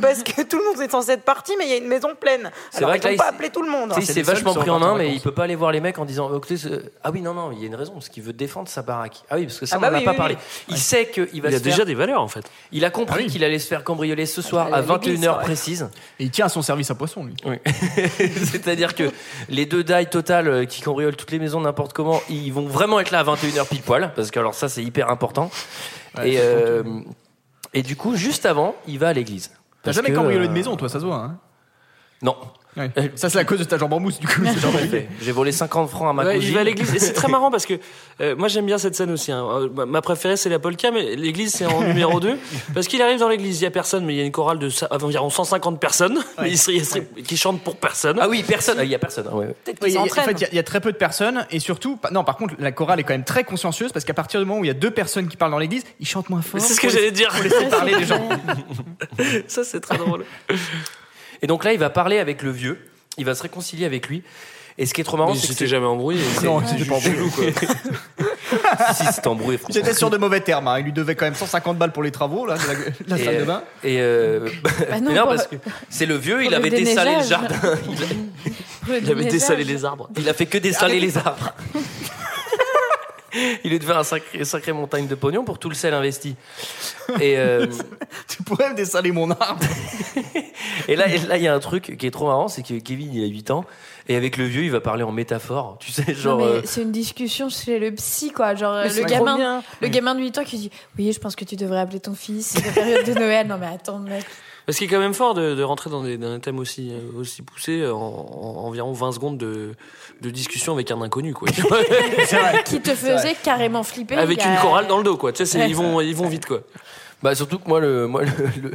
S10: Parce que tout le monde est censé être parti, mais il y a une maison pleine.
S1: C'est
S10: Alors,
S1: vrai
S10: ils
S1: que là,
S10: n'ont
S1: il
S10: pas
S1: s'est-
S10: appelé tout le monde.
S1: Tu sais, il s'est vachement pris en main, mais il peut pas aller voir les mecs en disant Écoutez, ce- Ah oui, non, non, il y a une raison, parce qu'il veut défendre sa baraque. Ah oui, parce que ça,
S3: Ah bah
S1: on n'en a
S3: oui,
S1: pas
S3: oui,
S1: parlé.
S3: oui.
S1: Il sait qu'il va
S3: Il a
S1: se faire-
S3: déjà des valeurs en fait. Ah
S1: Il a compris qu'il allait se faire cambrioler ce soir à
S2: à l'église,
S1: 21h
S2: ouais.
S1: précise.
S2: Et il tient à son service à poisson, lui.
S1: Oui. C'est-à-dire que les deux die total euh, qui cambriolent toutes les maisons n'importe comment, ils vont vraiment être là à 21h pile poil, parce que alors ça c'est hyper important. et, euh, et du coup, juste avant, il va à l'église.
S2: T'as
S1: Parce
S2: jamais
S1: que,
S2: cambriolé
S1: euh,
S2: de maison, toi, ça se voit. Hein
S1: Non.
S2: Ça, c'est à cause de ta jambe en mousse, du coup. c'est
S1: jamais fait. J'ai volé 50 francs à ma
S3: Ouais,
S1: cousine.
S3: il va à l'église. Et c'est très marrant parce que euh, moi j'aime bien cette scène aussi. hein. Euh, Ma ma préférée c'est la polka, mais l'église c'est en numéro 2. Parce qu'il arrive dans l'église, il y a personne, mais il y a une chorale de sa- environ 150 personnes mais il se- il se- qui chantent pour personne.
S1: Ah oui, personne. Il y a personne.
S2: Oui, il y a- en fait, il y a- il y, a très peu de personnes et surtout, pa- non, par contre, la chorale est quand même très consciencieuse parce qu'à partir du moment où il y a deux personnes qui parlent dans l'église, ils chantent moins fort.
S3: C'est ce que
S2: pour laisser-
S3: j'allais dire.
S2: Pour laisser parler les gens.
S3: Ça c'est très drôle.
S1: Et donc là, il va parler avec le vieux, il va se réconcilier avec lui. Et ce qui est trop marrant,
S3: Mais
S1: c'est que.
S3: c'était jamais embrouillé.
S2: Non, c'est pas embrouillé.
S3: Chelou, quoi.
S1: si c'est embrouillé, franchement.
S2: J'étais sur de mauvais termes. hein. Il lui devait quand même 150 balles pour les travaux, là, de la, de la
S1: Et,
S2: salle de
S1: euh,
S2: bain.
S1: Et euh,
S2: Bah non,
S1: mais non,
S2: pour-
S1: parce que c'est le vieux,
S2: pour
S1: il
S2: le
S1: avait dessalé le
S2: déneigage.
S1: jardin. Il, a-
S3: Il avait dessalé les arbres.
S1: Il a fait que dessaler les arbres. Il est devenu un sacré, sacré montagne de pognon pour tout le sel investi. Et, euh,
S2: Tu pourrais me dessaler mon arbre.
S1: et là, et là, il y a un truc qui est trop marrant, c'est que Kevin, il a 8 ans, et avec le vieux, il va parler en métaphore. Tu sais,
S9: Non,
S1: genre...
S9: mais
S1: euh,
S9: c'est une discussion chez le psy, quoi. Genre,
S10: Mais
S9: euh,
S10: c'est
S9: le
S10: trop
S9: gamin,
S10: bien.
S9: le gamin de 8 ans qui dit Oui, je pense que tu devrais appeler ton fils, c'est la période de Noël. Non, mais attends, mec.
S3: Ce qui est quand même fort de, de rentrer dans des, dans des thèmes aussi, euh, aussi poussés euh, en, en environ 20 secondes de, de discussion avec un inconnu, quoi.
S9: qui te faisait carrément flipper. il
S3: avec
S9: y a-
S3: une chorale dans le dos, quoi. Tu sais, c'est-
S9: Ouais.
S3: ils vont, ils vont vite, quoi.
S1: Bah surtout que moi le moi le, le,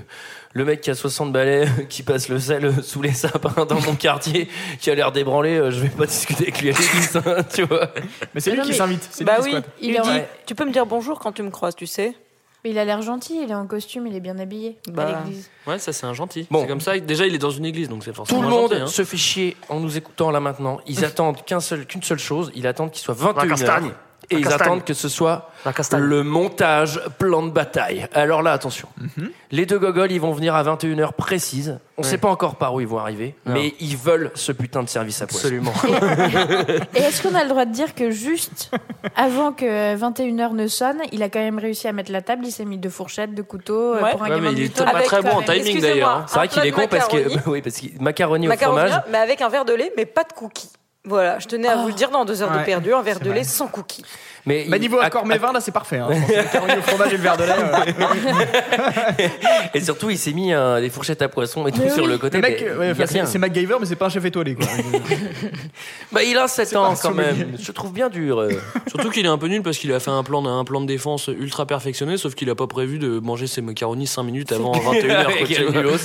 S1: le mec qui a 60 balais euh, qui passe le sel euh, sous les sapins dans mon quartier qui a l'air débranlé, euh, je vais pas discuter avec lui à l'église, hein, tu vois.
S2: Mais
S1: c'est
S2: lui qui s'invite,
S10: Bah oui, il
S9: est en-
S10: dit Tu peux me dire bonjour quand tu me croises, tu sais
S9: Mais il a l'air gentil, il est en costume, il est bien habillé à
S3: Bah.
S9: l'église.
S3: Ouais, ça, c'est un gentil. C'est comme ça. Déjà, il est dans une église, donc c'est forcément
S1: Tout le monde
S3: gentil, hein.
S1: se fait chier en nous écoutant là maintenant. Ils attendent qu'un seul qu'une seule chose, ils attendent qu'il soit 21
S3: castagne.
S1: h et
S3: La
S1: ils
S3: castagne.
S1: attendent que ce soit
S3: castagne.
S1: le montage plan de bataille. Alors là, attention.
S2: Mhm.
S1: Les deux gogoles, ils vont venir à 21h précise. On
S3: Ouais.
S1: sait pas encore par où ils vont arriver,
S3: Non.
S1: mais ils veulent ce putain de service à poisson.
S3: Absolument.
S9: Et est-ce qu'on a le droit de dire que juste avant que 21h ne sonne, il a quand même réussi à mettre la table, il s'est mis de fourchettes, de couteaux euh,
S10: Ouais.
S9: pour un
S1: Ouais,
S9: gamin
S1: mais il
S9: de
S1: est
S9: 8 ans.
S1: pas très bon en
S10: quand même,
S1: timing d'ailleurs. hein.
S10: euh, excusez-moi,
S1: C'est vrai
S10: un
S1: qu'il
S10: plat
S1: est
S10: de
S1: con parce
S10: macaroni.
S1: que oui parce que macaroni,
S10: Macaroni, hein.
S1: au fromage.
S10: mais avec un verre de lait, mais pas de cookies. Voilà, je tenais à vous le dire dans deux heures
S1: Ouais.
S10: de perdu, un verre de
S1: vrai.
S10: lait sans cookies.
S1: Mais
S2: Bah,
S1: il-
S2: niveau
S1: à-
S2: accord mes vins, là, c'est parfait. hein. Macaroni au fromage et le verre de lait.
S1: et surtout il s'est mis euh, des fourchettes à poisson et tout
S2: Mais
S1: sur
S2: oui.
S1: le côté.
S2: Le mec,
S1: mais
S2: euh, ouais,
S1: il y a
S2: enfin, c'est-
S1: rien.
S2: c'est MacGyver, mais c'est pas un chef étoilé. Quoi.
S1: Bah, il a 7
S2: C'est pas
S1: ans
S2: un
S1: quand
S2: sommelier.
S1: même. Je trouve bien dur. euh.
S3: Surtout qu'il est un peu nul parce qu'il a fait un plan, de- un plan de défense ultra perfectionné, sauf qu'il a pas prévu de manger ses macaronis 5 minutes avant 21h. quoi,
S1: Avec
S3: tu
S1: un
S3: vois.
S1: nulos.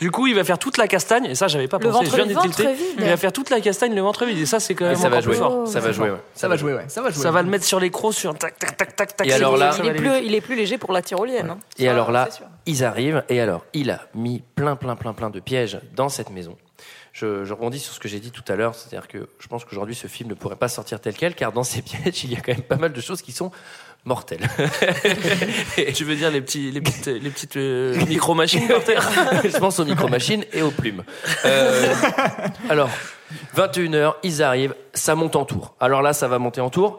S3: Du coup, il va faire toute la castagne, et ça, j'avais pas
S1: Le
S3: pensé.
S1: ventre-
S3: je viens
S1: le
S3: d'y
S1: ventre
S3: tilter.
S1: vide.
S3: Il va faire toute la castagne, le ventre vide, et ça, c'est quand
S1: Et
S3: même
S1: ça va
S3: encore
S1: jouer.
S3: plus fort.
S1: Ça va jouer, ouais.
S2: Ça va jouer, ouais. Ça va jouer.
S3: Ça va le mettre sur les crocs, sur un tac, tac, tac, tac, tac.
S1: Et alors là-
S10: il, est plus, il est plus léger pour la tyrolienne. hein.
S1: Et
S10: Ça,
S1: alors là,
S10: c'est sûr.
S1: ils arrivent et alors il a mis plein plein plein plein de pièges dans cette maison. Je, je rebondis sur ce que j'ai dit tout à l'heure, c'est-à-dire que je pense qu'aujourd'hui ce film ne pourrait pas sortir tel quel, car dans ces pièges il y a quand même pas mal de choses qui sont mortelles.
S3: tu veux dire les, petits, les petites, les petites euh, micro-machines par terre
S1: je pense aux micro-machines et aux plumes. Euh, alors, 21h, ils arrivent, ça monte en tour. Alors là, ça va monter en tour.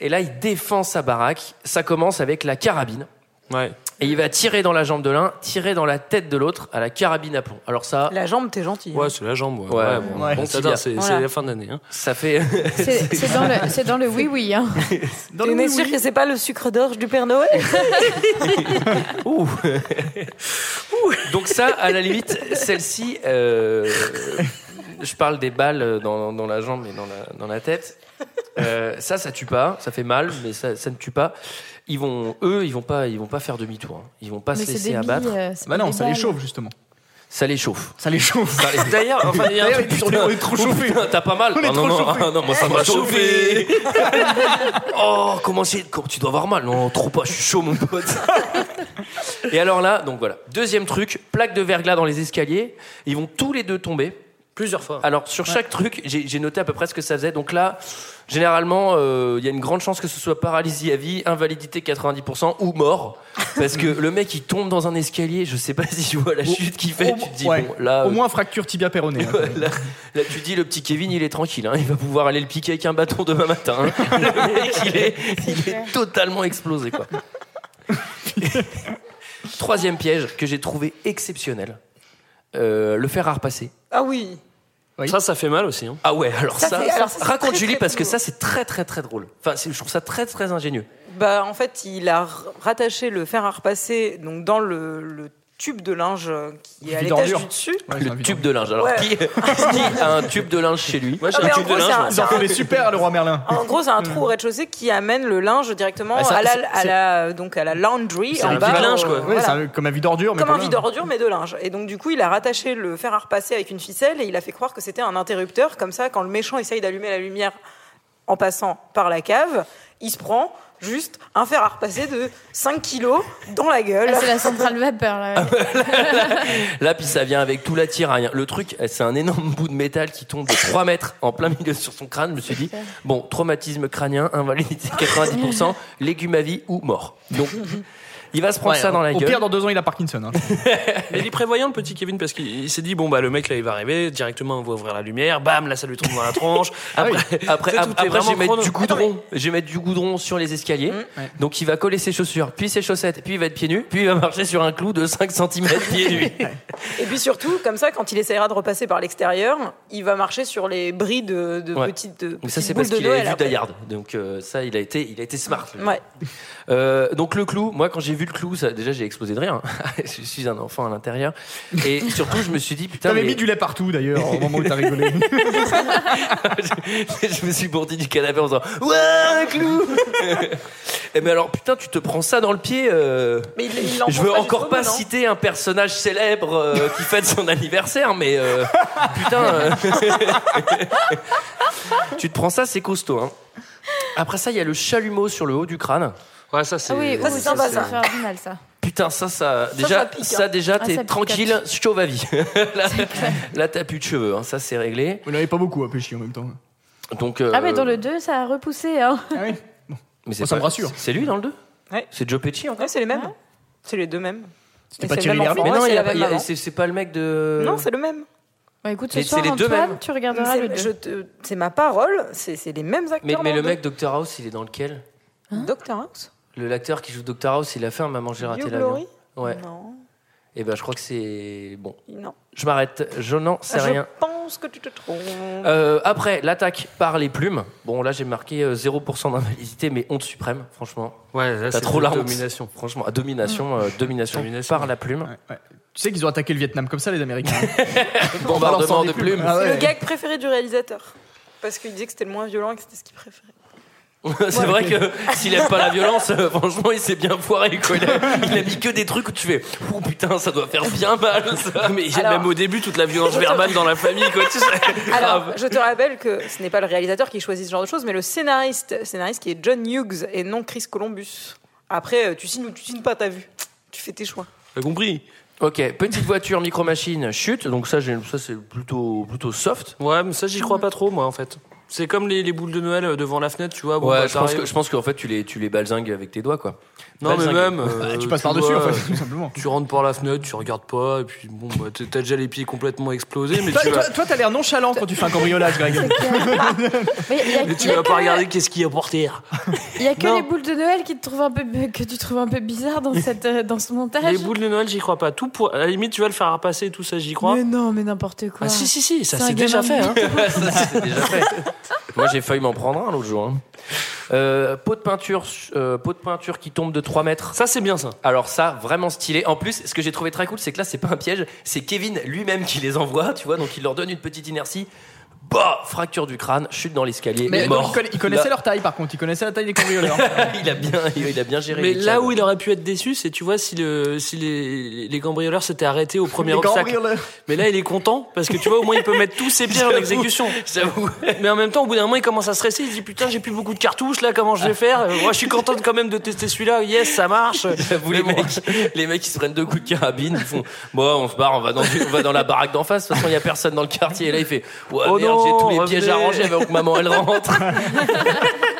S1: Et là, il défend sa baraque. Ça commence avec la carabine.
S3: Ouais.
S1: Et il va tirer dans la jambe de l'un, tirer dans la tête de l'autre à la carabine à plomb. Alors ça.
S10: La jambe, t'es gentil. hein.
S3: Ouais, c'est la jambe. Ouais,
S1: Ah. Ouais,
S3: Ouais, bon,
S1: ouais.
S3: bon,
S1: Petit
S3: attends,
S1: gars.
S3: c'est
S1: Voilà.
S3: c'est la fin d'année. hein.
S1: Ça fait.
S9: euh, C'est c'est dans le, c'est dans le oui oui. Hein.
S10: T'en es sûr que c'est pas le sucre d'orge du Père Noël
S1: Ouh. Donc ça, à la limite, celle-ci, euh, je parle des balles dans, dans la jambe et dans la, dans la tête. Euh, ça, ça tue pas, ça fait mal, mais ça, ça ne tue pas. Ils vont, eux, ils vont pas, ils vont pas faire demi-tour. hein. Ils vont pas
S9: Mais
S1: se
S9: c'est
S1: laisser
S9: des billes,
S1: abattre.
S9: euh, c'est Bah pas non, des ça les balles. chauffe,
S2: justement.
S1: Ça les chauffe.
S2: Ça les chauffe.
S3: D'ailleurs, enfin, il y a un
S1: D'ailleurs,
S3: truc-
S1: ils sont- on est trop chauffés. T'as pas mal.
S3: On est
S1: Ah non,
S3: trop
S1: non,
S3: chauffés.
S1: ah non, moi ça m'a
S3: Trop
S1: chauffé. oh, comment c'est comment- Tu dois avoir mal. Non, trop pas. Je suis chaud, mon pote. Et alors là, donc voilà. Deuxième truc, plaque de verglas dans les escaliers. Ils vont tous les deux tomber.
S3: Plusieurs fois.
S1: Alors sur chaque truc, j'ai j'ai noté à peu près ce que ça faisait. Donc là, généralement, euh, il y a une grande chance que ce soit paralysie à vie, invalidité 90% ou mort, parce que le mec il tombe dans un escalier. Je sais pas si tu vois la chute qu'il fait. tu te dis
S2: Ouais.
S1: bon là.
S2: Au
S1: euh,
S2: moins, fracture tibia hein. péronée.
S1: Ouais, là, là, tu dis, le petit Kevin, il est tranquille. hein. il va pouvoir aller le piquer avec un bâton demain matin. hein. Le mec, il est, il est totalement explosé. Quoi. Troisième piège que j'ai trouvé exceptionnel Euh, le fer à repasser.
S10: Ah oui.
S3: Ça, ça fait mal aussi. hein.
S1: Ah ouais, alors
S10: Ça,
S1: ça,
S10: c'est- alors ça, c'est
S1: raconte
S10: très,
S1: Julie
S10: très
S1: parce que
S10: drôle.
S1: ça, c'est très très très drôle. Enfin, c'est- je trouve ça très très ingénieux.
S10: Bah, en fait, il a r- rattaché le fer à repasser donc dans le, le tube de linge euh, qui est à
S1: Vide
S10: l'étage
S1: ordure.
S10: du dessus.
S1: le tube de linge. Alors,
S10: Ouais.
S1: qui, qui a un tube de linge chez lui Moi,
S10: j'ai Ah, un mais en tube de gros, linge, c'est un- moi.
S2: Ils en font des super, le roi Merlin.
S10: En gros, c'est un trou au rez-de-chaussée qui amène le linge directement
S2: Ah, Mm. ça-
S10: à, la,
S2: c'est-
S10: à la- donc à la laundry
S2: C'est
S10: en
S2: un
S10: bas.
S2: vide-linge,
S10: euh,
S2: quoi. Ah, bah, Ouais,
S10: voilà.
S2: c'est un- comme un vide ordure. mais
S10: Comme
S2: pas
S10: un
S2: mal.
S10: vide ordure mais de linge. Et donc du coup, il a rattaché le fer à repasser avec une ficelle et il a fait croire que c'était un interrupteur. Comme ça, quand le méchant essaye d'allumer la lumière en passant par la cave, il se prend juste un fer à repasser de 5 kilos dans la gueule.
S9: Ah, c'est la centrale vapeur. Là. Ah
S1: Là, puis ça vient avec tout l'attirail. hein. Le truc, eh, c'est un énorme bout de métal qui tombe de 3 mètres en plein milieu sur son crâne. Je me suis dit, bon, traumatisme crânien, invalidité de 90%, légumes à vie ou mort. Donc, il va se prendre
S2: Ouais,
S1: ça dans la
S2: Au
S1: gueule.
S2: pire, dans deux ans, il a Parkinson. hein.
S3: Mais il est prévoyant, le petit Kevin, parce qu'il il s'est dit bon, bah le mec là, il va arriver, directement on va ouvrir la lumière, bam, là ça lui tombe dans la tronche. Après,
S1: Après,
S3: tu sais,
S1: ap-
S3: tout est
S1: après, je
S3: vraiment
S1: vais mettre
S3: chrono.
S1: du
S10: Ah
S1: goudron. Je vais mettre du goudron sur les escaliers.
S10: Mmh.
S1: Donc, il va coller ses chaussures, puis ses chaussettes, puis il va être pieds nus, puis il va marcher sur un clou de 5 cm pieds nus.
S10: Et puis surtout, comme ça, quand il essaiera de repasser par l'extérieur, il va marcher sur les bris de, de
S1: Ouais.
S10: petites, de
S1: Donc ça
S10: petites
S1: c'est
S10: boules
S1: parce
S10: de
S1: qu'il avait
S10: Noël.
S1: vu
S10: après.
S1: Dayard. Donc euh, ça il a été il a été smart. le
S10: Ouais.
S1: Euh, donc le clou, moi quand j'ai vu vu le clou, ça, déjà j'ai explosé de rire. hein. je suis un enfant à l'intérieur. Et surtout, je me suis dit, putain.
S2: T'avais
S1: mais-
S2: mis du lait partout d'ailleurs au moment où t'as rigolé.
S1: je, je me suis bourdi du canapé en disant Ouais, un clou Et mais alors, putain, tu te prends ça dans le pied. euh.
S10: Mais il- il l'en
S1: je
S10: prend
S1: veux
S10: pas
S1: encore
S10: jusqu'au
S1: pas
S10: bout, hein. non
S1: citer un personnage célèbre euh, qui fête son anniversaire, mais euh, putain. euh, tu te prends ça, c'est costaud. hein. Après ça, il y a le chalumeau sur le haut du crâne.
S3: Ouais, ça c'est.
S9: Ah oui, ouh, ça, ça va faire du mal, ça.
S1: Putain, ça, ça, déjà, ça,
S9: ça pique, hein.
S1: déjà,
S9: Ah,
S1: t'es
S9: ça pique,
S1: tranquille,
S9: ça
S1: chauve à vie. là, là, t'as plus de cheveux, hein, ça, c'est réglé.
S2: Vous n'avez pas beaucoup à pêcher en même temps.
S1: Donc, euh,
S9: Ah, mais dans le 2, ça a repoussé. Hein.
S1: mais c'est
S2: ça
S1: pas-
S2: me rassure.
S1: C'est lui dans le 2
S10: Ouais.
S1: C'est Joe Pesci encore
S10: Ouais, c'est les mêmes. C'est les deux mêmes.
S1: C'était
S10: Et c'est le même enfant,
S1: Mais
S10: ouais,
S1: non,
S10: c'est
S1: il y a
S10: la
S1: pas-
S10: même
S1: il y a-
S10: maman.
S1: c'est euh, c'est pas le mec de.
S10: Non, c'est le même.
S9: Bah, écoute,
S1: ce Mais soir, c'est les deux Antoine, mêmes.
S9: tu regarderas
S10: C'est-
S9: le deux.
S10: je te- C'est ma parole, c'est c'est les mêmes acteurs.
S1: Mais, mais
S10: dans
S1: le
S10: deux.
S1: mec Dr House, il est dans lequel
S10: Doctor House
S1: Le l'acteur qui joue Dr House, il a fait un Maman j'ai raté
S10: You
S1: l'avion.
S10: Glory
S1: Ouais.
S10: Non.
S1: Et ben je crois que c'est bon.
S10: Non.
S1: Je m'arrête. Je n'en sais
S10: Ah, Je
S1: rien.
S10: pense que tu te trompes.
S1: Euh, après, l'attaque par les plumes. Bon, là, j'ai marqué euh, 0% d'invalidité, mais honte suprême, franchement.
S3: Ouais, là,
S1: T'as
S3: c'est
S1: trop la honte.
S3: domination.
S1: Franchement, ah, domination, euh, domination, par la plume.
S2: Tu sais qu'ils ont attaqué le Vietnam comme ça, les Américains.
S3: Ah
S1: Bombardement de plumes.
S2: Ah ouais.
S10: C'est le gag préféré du réalisateur. Parce qu'il disait que c'était le moins violent et que c'était ce qu'il préférait.
S1: c'est vrai que s'il aime pas la violence, euh, franchement, il s'est bien foiré. quoi. Il, a, il a mis que des trucs où tu fais Oh putain, ça doit faire bien mal ça.
S3: Mais il y a
S10: Alors-
S3: même au début toute la violence verbale dans la famille, quoi. Tu sais, grave.
S10: Alors, je te rappelle que ce n'est pas le réalisateur qui choisit ce genre de choses, mais le scénariste, scénariste qui est John Hughes et non Chris Columbus. Après, euh, tu signes ou tu signes pas ta vue. Tu fais tes choix.
S1: T'as compris Ok, petite voiture, micro-machine, chute. Donc ça, j'ai- ça c'est plutôt, plutôt soft.
S3: Ouais, mais ça, j'y crois pas trop, moi, en fait. C'est comme les, les boules de Noël euh, devant la fenêtre, tu vois. bon,
S1: ouais,
S3: bah,
S1: je pense,
S3: t'arrives-
S1: que, je pense qu'en fait, tu les, tu les balzingues avec tes doigts, quoi.
S3: Non, mais
S1: Balzingues.
S3: même. euh,
S2: tu passes par-dessus,
S3: vois,
S2: en fait, tout simplement.
S3: Tu rentres par la fenêtre, tu regardes pas, et puis bon, bah, t'as t'as déjà les pieds complètement explosés, mais
S2: Toi,
S3: tu vas.
S2: toi- toi, t'as l'air nonchalant quand tu fais un cambriolage, Greg.
S9: Mais il y a,
S3: Mais tu
S9: il y a
S3: vas
S9: que,
S3: pas regarder qu'est-ce qu'il y a pour terre.
S9: il y a que
S3: Non.
S9: les boules de Noël qui te trouvent un peu, que tu trouves un peu bizarre dans, cette, euh, dans ce montage.
S3: Les boules de Noël, j'y crois pas. Tout pour... À la limite, tu vas le faire repasser, tout ça, j'y crois.
S9: Mais non, mais n'importe quoi.
S3: Ah, si, si, si, ça
S9: C'est un
S3: s'est déjà
S9: gamin
S3: fait.
S9: de
S3: Hein.
S1: Ça, c'est déjà fait. Moi, j'ai failli m'en prendre un l'autre jour. hein. Euh, pot de peinture, euh, pot de peinture qui tombe de 3 mètres.
S3: Ça, c'est bien ça.
S1: Alors ça, vraiment stylé. En plus, ce que j'ai trouvé très cool, c'est que là, c'est pas un piège, c'est Kevin lui-même qui les envoie, tu vois. Donc il leur donne une petite inertie. Bah, fracture du crâne, chute dans l'escalier,
S2: Mais
S1: mort.
S2: donc, ils conna- ils connaissaient
S1: Là,
S2: leur taille, par contre. Ils connaissaient la taille des cambrioleurs.
S1: il a bien, il a bien géré.
S3: Mais
S1: les
S3: là
S1: cadres.
S3: où il aurait pu être déçu, c'est tu vois si, le, si les, les cambrioleurs s'étaient arrêtés au premier
S2: Les
S3: obstacle.
S2: cambrioleurs.
S3: Mais là, il est content parce que tu vois, au moins il peut mettre tous ses pièges en
S1: J'avoue,
S3: exécution.
S1: j'avoue.
S3: Mais en même temps, au bout d'un moment, il commence à stresser. Il se dit putain, j'ai plus beaucoup de cartouches là, comment je vais faire Euh, Moi, je suis contente quand même de tester celui-là. Yes, ça marche.
S1: J'avoue, les mecs, les mecs, ils se prennent deux coups de carabine, ils font Bon, on se barre, on va dans, on va dans la baraque d'en face, de toute façon, il n'y a personne dans le quartier. Et là, il fait Ouais,
S3: Oh
S1: merde,
S3: non,
S1: j'ai tous les
S3: revenez.
S1: pièges à ranger avant que maman elle rentre.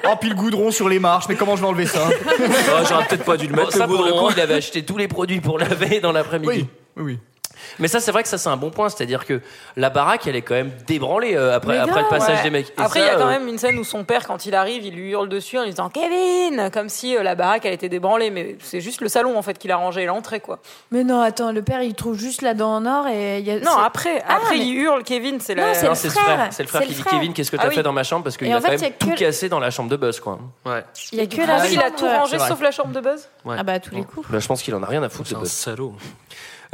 S2: Oh, puis le goudron sur les marches. Mais comment je vais enlever ça hein
S3: Oh, J'aurais peut-être pas dû le
S1: Bon,
S3: mettre.
S1: ça,
S3: le
S1: pour le
S3: goudron.
S1: coup, il avait acheté tous les produits pour laver dans l'après-midi.
S2: Oui, oui, oui.
S1: Mais ça, c'est vrai que ça, c'est un bon point, c'est-à-dire que la baraque, elle est quand même débranlée euh, après, après le passage
S10: Ouais.
S1: des mecs. Et
S10: Après, il
S1: ça,
S10: y a quand
S1: euh,
S10: même une scène où son père, quand il arrive, il lui hurle dessus en lui disant Kevin Comme si euh, la baraque, elle était débranlée. Mais c'est juste le salon, en fait, qu'il a rangé et l'entrée, quoi.
S9: Mais non, attends, le père, il trouve juste la dent en or et il y a.
S10: Non,
S9: c'est-
S10: après,
S9: Ah,
S10: après
S9: mais-
S10: il hurle Kevin, c'est la.
S9: Non, c'est
S1: non,
S9: le
S1: c'est
S9: frère.
S1: C'est le frère
S9: C'est
S1: qui
S9: le
S1: dit
S9: frère.
S1: Kevin, qu'est-ce que
S10: Ah
S1: t'as
S10: oui.
S1: fait dans ma chambre Parce qu'il
S9: Et
S1: a
S9: en
S1: quand
S9: fait, il y a
S1: même tout
S9: que-
S1: cassé dans la chambre de Buzz, quoi.
S3: Ouais.
S9: Il y a que
S10: Ah
S9: la
S10: oui, il a
S9: chambre,
S10: tout
S9: euh,
S10: rangé
S1: c'est vrai.
S10: sauf la chambre de Buzz.
S3: Ouais.
S9: Ah bah, à tous les coups.
S1: Bah, je pense qu'il en a rien à foutre
S3: C'est
S1: de
S3: un
S1: Buzz.
S3: salaud.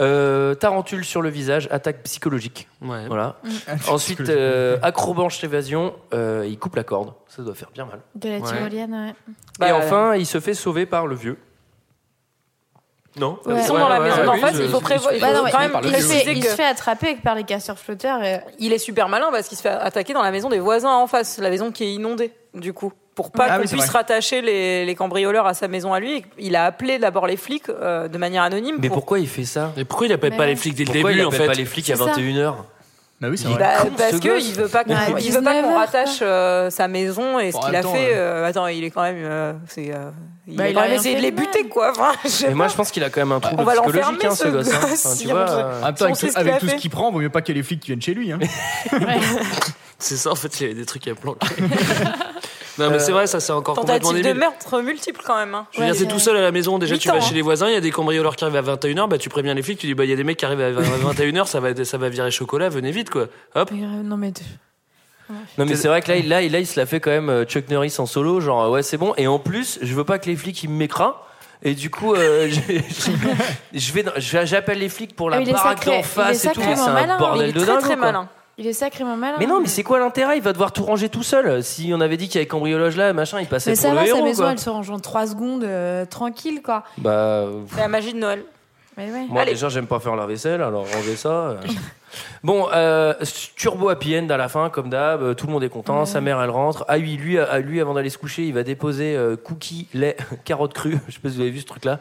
S1: Euh, Tarentule sur le visage, attaque psychologique.
S3: Ouais.
S1: Voilà.
S2: Ah,
S1: Ensuite, euh, acrobanche évasion, euh, il coupe la corde. Ça doit faire bien mal.
S9: De la
S3: Ouais.
S9: tyrolienne, ouais.
S1: et
S10: Bah,
S1: enfin, il se fait sauver par le vieux. Non
S9: Ouais.
S10: Ils sont dans la maison d'en face, il faut prévoir. il
S9: Bah non,
S10: faut
S9: mais
S10: quand même
S9: il, se fait,
S10: préciser
S9: il
S10: que-
S9: se fait attraper par les casseurs flotteurs. Et...
S10: il est super malin parce qu'il se fait attaquer dans la maison des voisins en face, la maison qui est inondée, du coup. Pour pas
S2: Ah
S10: qu'on
S2: oui, c'est
S10: puisse
S2: vrai.
S10: rattacher les, les cambrioleurs à sa maison à lui, il a appelé d'abord les flics euh, de manière anonyme.
S1: Mais
S10: pour-
S1: pourquoi il fait ça
S3: Et pourquoi il appelle
S9: Mais
S3: pas
S9: ouais.
S3: les flics dès le
S1: Pourquoi
S3: début
S1: il
S3: en
S1: appelle
S3: fait
S1: pas les flics à
S9: C'est ça.
S1: 21h
S2: Bah oui, c'est
S1: Il-
S2: vrai.
S10: Bah,
S1: con, ce
S10: parce que
S1: gosse.
S10: il veut pas qu'on
S9: Ouais,
S10: il veut pas
S9: 19
S10: qu'on
S9: heures,
S10: rattache euh, sa maison et ce
S2: Bon,
S10: qu'il a
S2: attends,
S10: fait.
S2: euh.
S10: euh, attends, il est quand même. euh, c'est, euh, il
S9: Bah,
S10: a
S9: il
S10: quand
S9: a
S10: même
S9: rien
S10: essayé de
S9: fait
S10: les
S9: de mal.
S10: buter quoi. Enfin, je sais
S1: Mais moi,
S10: pas.
S1: je pense qu'il a quand même un trouble
S10: On va
S1: psychologique,
S10: l'enfermer,
S1: hein, ce
S10: ce
S1: gosse. hein.
S10: gosse,
S1: Enfin, tu
S10: il y a
S1: vois,
S10: mon
S1: euh,
S2: En même temps, avec
S10: Si on
S2: tout,
S10: sait ce qu'il
S2: avec
S10: a
S2: tout ce
S10: fait.
S2: qu'il prend, vaut mieux pas qu'il y ait les flics qui viennent chez lui. Hein.
S3: Euh. C'est ça, en fait, il y avait des trucs à planquer. non, mais
S1: Euh,
S3: c'est vrai, ça, c'est encore complètement
S10: Tentative de
S3: débile.
S10: meurtre multiple quand même. hein.
S3: Je veux dire,
S9: Ouais,
S3: t'es
S9: c'est-
S3: tout seul à la maison, déjà
S10: Huit
S3: tu vas
S10: ans,
S3: chez
S10: hein.
S3: les voisins, il y a des cambrioleurs qui arrivent à 21h, bah tu préviens les flics, tu dis bah il y a des mecs qui arrivent à 21h, ça va, ça va virer chocolat, venez vite quoi. Hop.
S9: Mais, euh, non, mais.
S1: Non mais c'est vrai que là, il- là, il- là, il se la fait quand même euh, Chuck Norris en solo, genre euh, ouais c'est bon. Et en plus, je veux pas que les flics ils m'écrasent. Et du coup, euh, je, je- je vais, dans- je- j'appelle les flics pour la
S9: Ah, il est
S1: baraque
S9: sacré-
S1: d'en face
S9: il est
S1: et tout. mais C'est un
S9: sacrément
S10: hein.
S9: malin.
S1: bordel
S9: Il est
S1: de
S9: très,
S1: dingue,
S9: très
S1: quoi.
S9: malin. Il est sacrément malin. hein.
S1: Mais non, mais c'est quoi l'intérêt Il va devoir tout ranger tout seul. Si on avait dit qu'il y avait cambriolage là, machin, il passait
S9: Mais
S1: pour
S9: ça
S1: le
S9: va, sa
S1: héros,
S9: maison,
S1: quoi.
S9: elle se range en 3 secondes, euh, tranquille, quoi.
S1: Bah,
S10: La magie de Noël.
S9: Mais ouais.
S1: Moi déjà j'aime pas faire la vaisselle, alors rangez ça. euh. bon, euh, turbo happy end à la fin, comme d'hab, euh, tout le monde est content, sa mère elle rentre. Ah oui, lui, à lui avant d'aller se coucher, il va déposer euh, cookies, lait, carottes crues, je sais pas si vous avez vu ce truc là,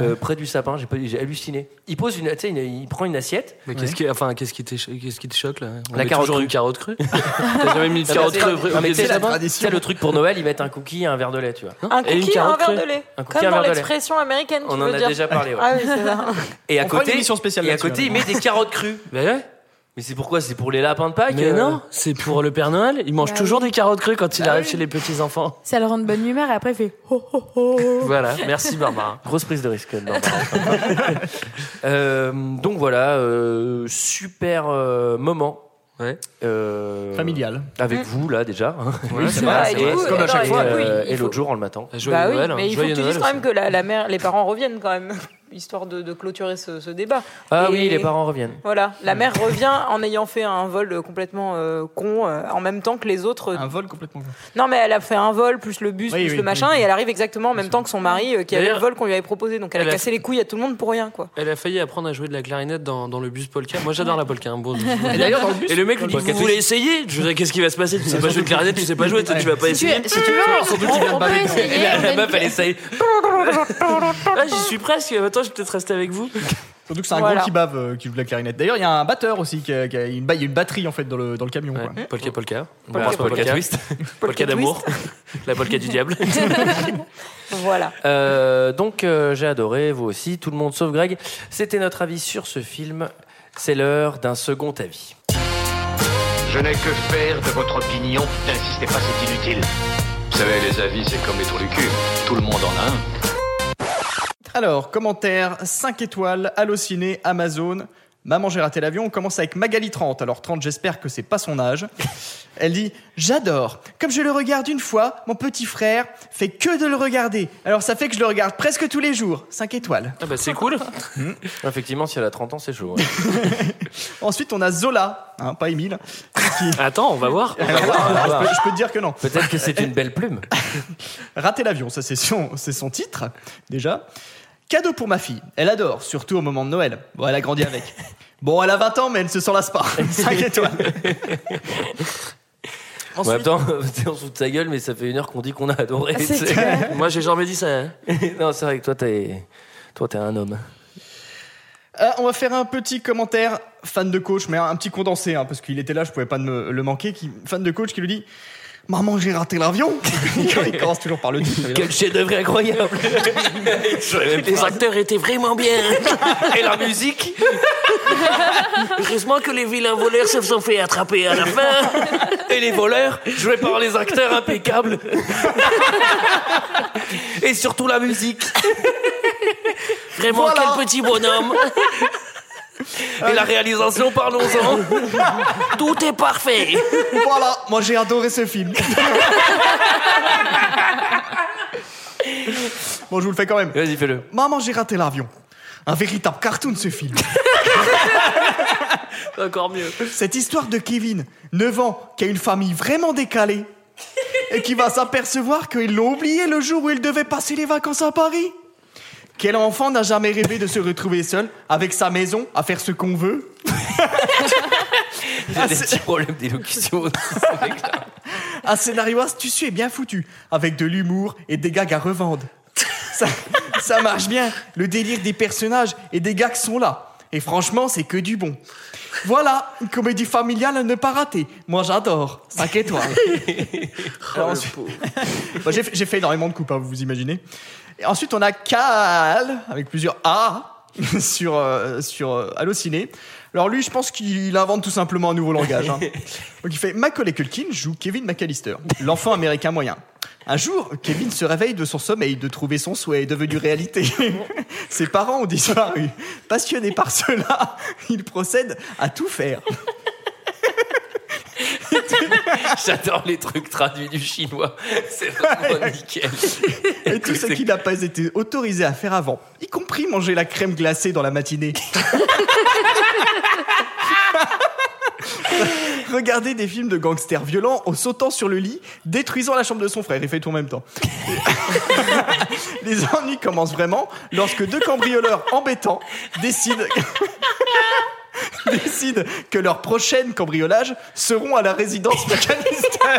S1: euh, près du sapin, j'ai pas j'ai halluciné. Il pose une, tu sais, une- il prend une assiette.
S3: Mais qu'est-ce qui, enfin, qu'est-ce qui, te, qu'est-ce qui te choque là On
S1: La
S3: met
S1: carotte
S3: toujours
S1: crue.
S3: une carotte crue Ah, bah, T'as jamais mis de
S1: Non,
S3: carotte
S1: mais
S3: crue
S1: c'est-
S3: au-
S1: non, mais
S3: au-
S1: tu sais,
S3: au-
S1: la- tu sais, le truc pour Noël, ils mettent un cookie et un verre de lait, tu vois.
S10: Un
S1: Et une
S10: cookie, un
S1: carotte
S10: verre de
S1: crue.
S10: lait.
S1: Un cookie,
S10: Comme
S1: un
S10: dans
S1: verre de lait.
S10: l'expression américaine. tu
S1: On en
S10: veux
S1: a
S10: dire.
S1: déjà parlé, ouais.
S10: Ah oui, c'est ça.
S1: Et à
S10: On fera une
S1: côté,
S10: émission
S1: et à côté, il met des carottes crues. Mais c'est pourquoi C'est pour les lapins de Pâques
S3: Bah Mais
S1: euh,
S3: non, c'est pour le Père Noël. Il mange
S9: Bah
S3: toujours des carottes crues quand il
S9: Bah
S3: arrive
S9: oui.
S3: chez les petits enfants.
S9: Ça le rend de bonne humeur et après, il fait ho ho ho.
S3: Voilà, merci Barbara.
S1: Grosse prise de risque. Barbara. Euh, donc voilà, euh, super euh, moment. Euh,
S2: Familial.
S1: Avec
S2: Mm.
S1: vous, là, déjà.
S2: Oui, c'est vrai,
S10: et du coup,
S2: Comme à chaque
S1: et,
S2: fois,
S1: euh,
S10: oui, il
S1: et l'autre
S10: faut-
S1: jour, on le matin.
S10: Bah oui,
S3: hein,
S10: mais il faut que tu dises quand même que la, la mère, les parents reviennent quand même, histoire de, de clôturer ce, ce débat.
S1: Ah
S10: Et-
S1: oui, les parents reviennent.
S10: Voilà, la mère revient en ayant fait un vol complètement euh, con, euh, en même temps que les autres.
S2: Un vol complètement con.
S10: Non, mais elle a fait un vol, plus le bus,
S2: Oui,
S10: plus
S2: oui,
S10: le machin,
S2: oui.
S10: et elle arrive exactement en même temps que son mari, euh, qui avait le
S3: D'ailleurs,
S10: vol qu'on lui avait proposé. Donc elle,
S3: elle
S10: a
S3: a
S10: cassé les couilles à tout le monde pour rien, quoi.
S3: Elle a failli apprendre à jouer de la clarinette dans, dans le bus polka. Moi j'adore la polka. hein, bon, je-
S10: Et d'ailleurs, dans le bus-
S3: et le mec lui dit
S10: dans le
S3: Vous
S10: polka
S3: voulez
S10: twist.
S3: essayer Je veux dire, qu'est-ce qui va se passer Tu sais pas jouer de clarinette, tu sais pas jouer, toi, tu vas pas
S1: Si tu-
S3: essayer.
S1: si tu veux, on-
S3: Surtout
S1: on-
S3: qu'il vient de
S1: on
S2: Bah,
S3: Barbie.
S1: peut essayer,
S3: La-
S1: on a
S3: La
S1: une
S3: meuf, elle
S1: clé.
S3: essaye. Ah, J'y suis presque. Attends, je vais peut-être rester avec vous.
S2: Surtout que c'est un
S3: Voilà.
S2: gros qui bave euh, qui joue de la clarinette. D'ailleurs, il y a un batteur aussi, qui a- qui a une ba- il y a une batterie en fait dans le, dans le camion. quoi.
S3: Polka polka.
S2: Polka,
S3: Polka
S2: polka.
S3: polka twist. Polka d'amour. La polka du diable.
S10: Voilà.
S1: Euh, donc euh, j'ai adoré, vous aussi, tout le monde sauf Greg. C'était notre avis sur ce film. C'est l'heure d'un second avis.
S17: Je n'ai que faire de votre opinion. N'insistez pas, c'est inutile. Vous savez, les avis, c'est comme les trous du cul. Tout le monde en a un.
S2: Alors, commentaire 5 étoiles, Allociné, Amazon. Maman, j'ai raté l'avion. On commence avec Magali 30. Alors, 30, j'espère que c'est pas son âge. Elle dit J'adore. Comme je le regarde une fois, mon petit frère fait que de le regarder. Alors, ça fait que je le regarde presque tous les jours. 5 étoiles.
S3: Ah bah c'est cool.
S1: Effectivement, si elle a 30 ans, c'est chaud. hein. ouais.
S2: Ensuite, on a Zola, hein, pas Émile.
S3: Attends, on va voir.
S2: On va voir, on va voir. je, peux, je peux te dire que non.
S1: Peut-être que c'est une belle plume.
S2: Rater l'avion, ça c'est son, c'est son titre, déjà. Cadeau pour ma fille. Elle adore, surtout au moment de Noël. Bon, elle a grandi avec. Bon, elle a 20 ans, mais elle ne se s'en lasse pas. 5 étoiles.
S1: En même temps, t'es en dessous de sa gueule, mais ça fait une heure qu'on dit qu'on a adoré.
S3: Ah, C'est
S1: tu sais.
S3: clair. Moi, j'ai jamais dit ça.
S1: hein. non, c'est vrai que toi, t'es, toi, t'es un homme.
S2: Ah, on va faire un petit commentaire fan de coach, mais un, un petit condensé, hein, parce qu'il était là, je pouvais pas me, le manquer. Qui, fan de coach qui lui dit Maman, j'ai raté l'avion. il commence toujours par le dit.
S1: Quel chef-d'œuvre incroyable
S3: Les acteurs étaient vraiment bien. Et la musique Heureusement que les vilains voleurs se sont fait attraper à la fin.
S1: Et les voleurs, joués par les acteurs impeccables. Et surtout la musique.
S3: Vraiment,
S1: Voilà.
S3: quel petit bonhomme.
S1: Et la réalisation, parlons-en.
S3: Tout est parfait.
S2: Voilà, moi j'ai adoré ce film. bon, je vous le fais quand même.
S1: Vas-y, fais-le.
S2: Maman, j'ai raté l'avion. Un véritable cartoon ce film.
S3: Encore mieux.
S2: Cette histoire de Kevin, 9 ans, qui a une famille vraiment décalée et qui va s'apercevoir qu'ils l'ont oublié le jour où il devait passer les vacances à Paris. Quel enfant n'a jamais rêvé de se retrouver seul avec sa maison à faire ce qu'on veut
S1: J'ai des petits problèmes d'élocution.
S2: Un scénario astucieux et bien foutu, avec de l'humour et des gags à revendre. Ça, ça marche bien, le délire des personnages et des gags sont là. Et franchement, c'est que du bon. Voilà, une comédie familiale à ne pas rater. Moi, j'adore. 5 étoiles. Alors, ensuite- Bah, j'ai, fait- j'ai fait énormément de coupes, hein, vous vous imaginez. Et ensuite, on a Cal, avec plusieurs A, sur, euh, sur euh, Allociné. Alors lui, je pense qu'il invente tout simplement un nouveau langage. hein. Donc il fait Macaulay Culkin joue Kevin McAllister, l'enfant américain moyen. Un jour, Kevin se réveille de son sommeil de trouver son souhait devenu réalité. Ses parents ont disparu. Passionné par cela, il procède à tout faire.
S1: J'adore les trucs traduits du chinois. C'est vraiment nickel.
S2: Et tout ce qui n'a pas été autorisé à faire avant, y compris manger la crème glacée dans la matinée. Regarder des films de gangsters violents en sautant sur le lit, détruisant la chambre de son frère. Il fait tout en même temps. Les ennuis commencent vraiment lorsque deux cambrioleurs embêtants décident décident que leurs prochains cambriolages seront à la résidence McAllister.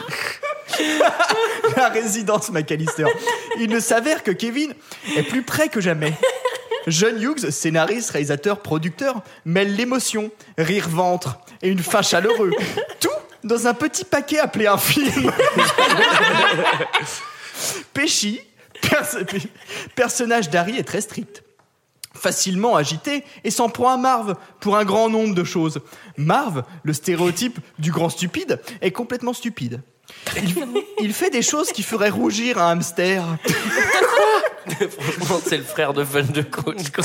S2: la résidence McAllister. Il ne s'avère que Kevin est plus près que jamais. John Hughes, scénariste, réalisateur, producteur, mêle l'émotion, rire-ventre et une fin chaleureux. Tout dans un petit paquet appelé un film. Pesci, perso- personnage d'Harry, est très strict facilement agité et s'en prend à Marv pour un grand nombre de choses. Marv, le stéréotype du grand stupide, est complètement stupide. Il, il fait des choses qui feraient rougir un hamster.
S1: Franchement, c'est le frère de Fun de Coach. quoi.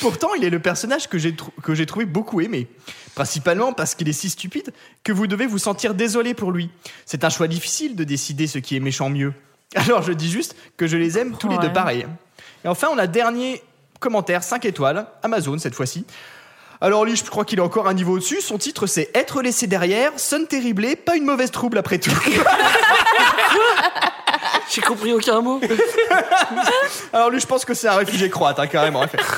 S2: Pourtant, il est le personnage que j'ai trou- que j'ai trouvé beaucoup aimé. Principalement parce qu'il est si stupide que vous devez vous sentir désolé pour lui. C'est un choix difficile de décider ce qui est méchant mieux. Alors je dis juste que je les aime tous les deux
S1: Ouais.
S2: pareil. Et enfin, on a dernier commentaire 5 étoiles, Amazon cette fois-ci. Alors lui, je crois qu'il est encore un niveau au-dessus. Son titre, c'est Être laissé derrière, sonne terriblé, pas une mauvaise trouble après tout.
S3: J'ai compris aucun mot.
S2: Alors lui, je pense que c'est un réfugié croate, hein, carrément. Il fait,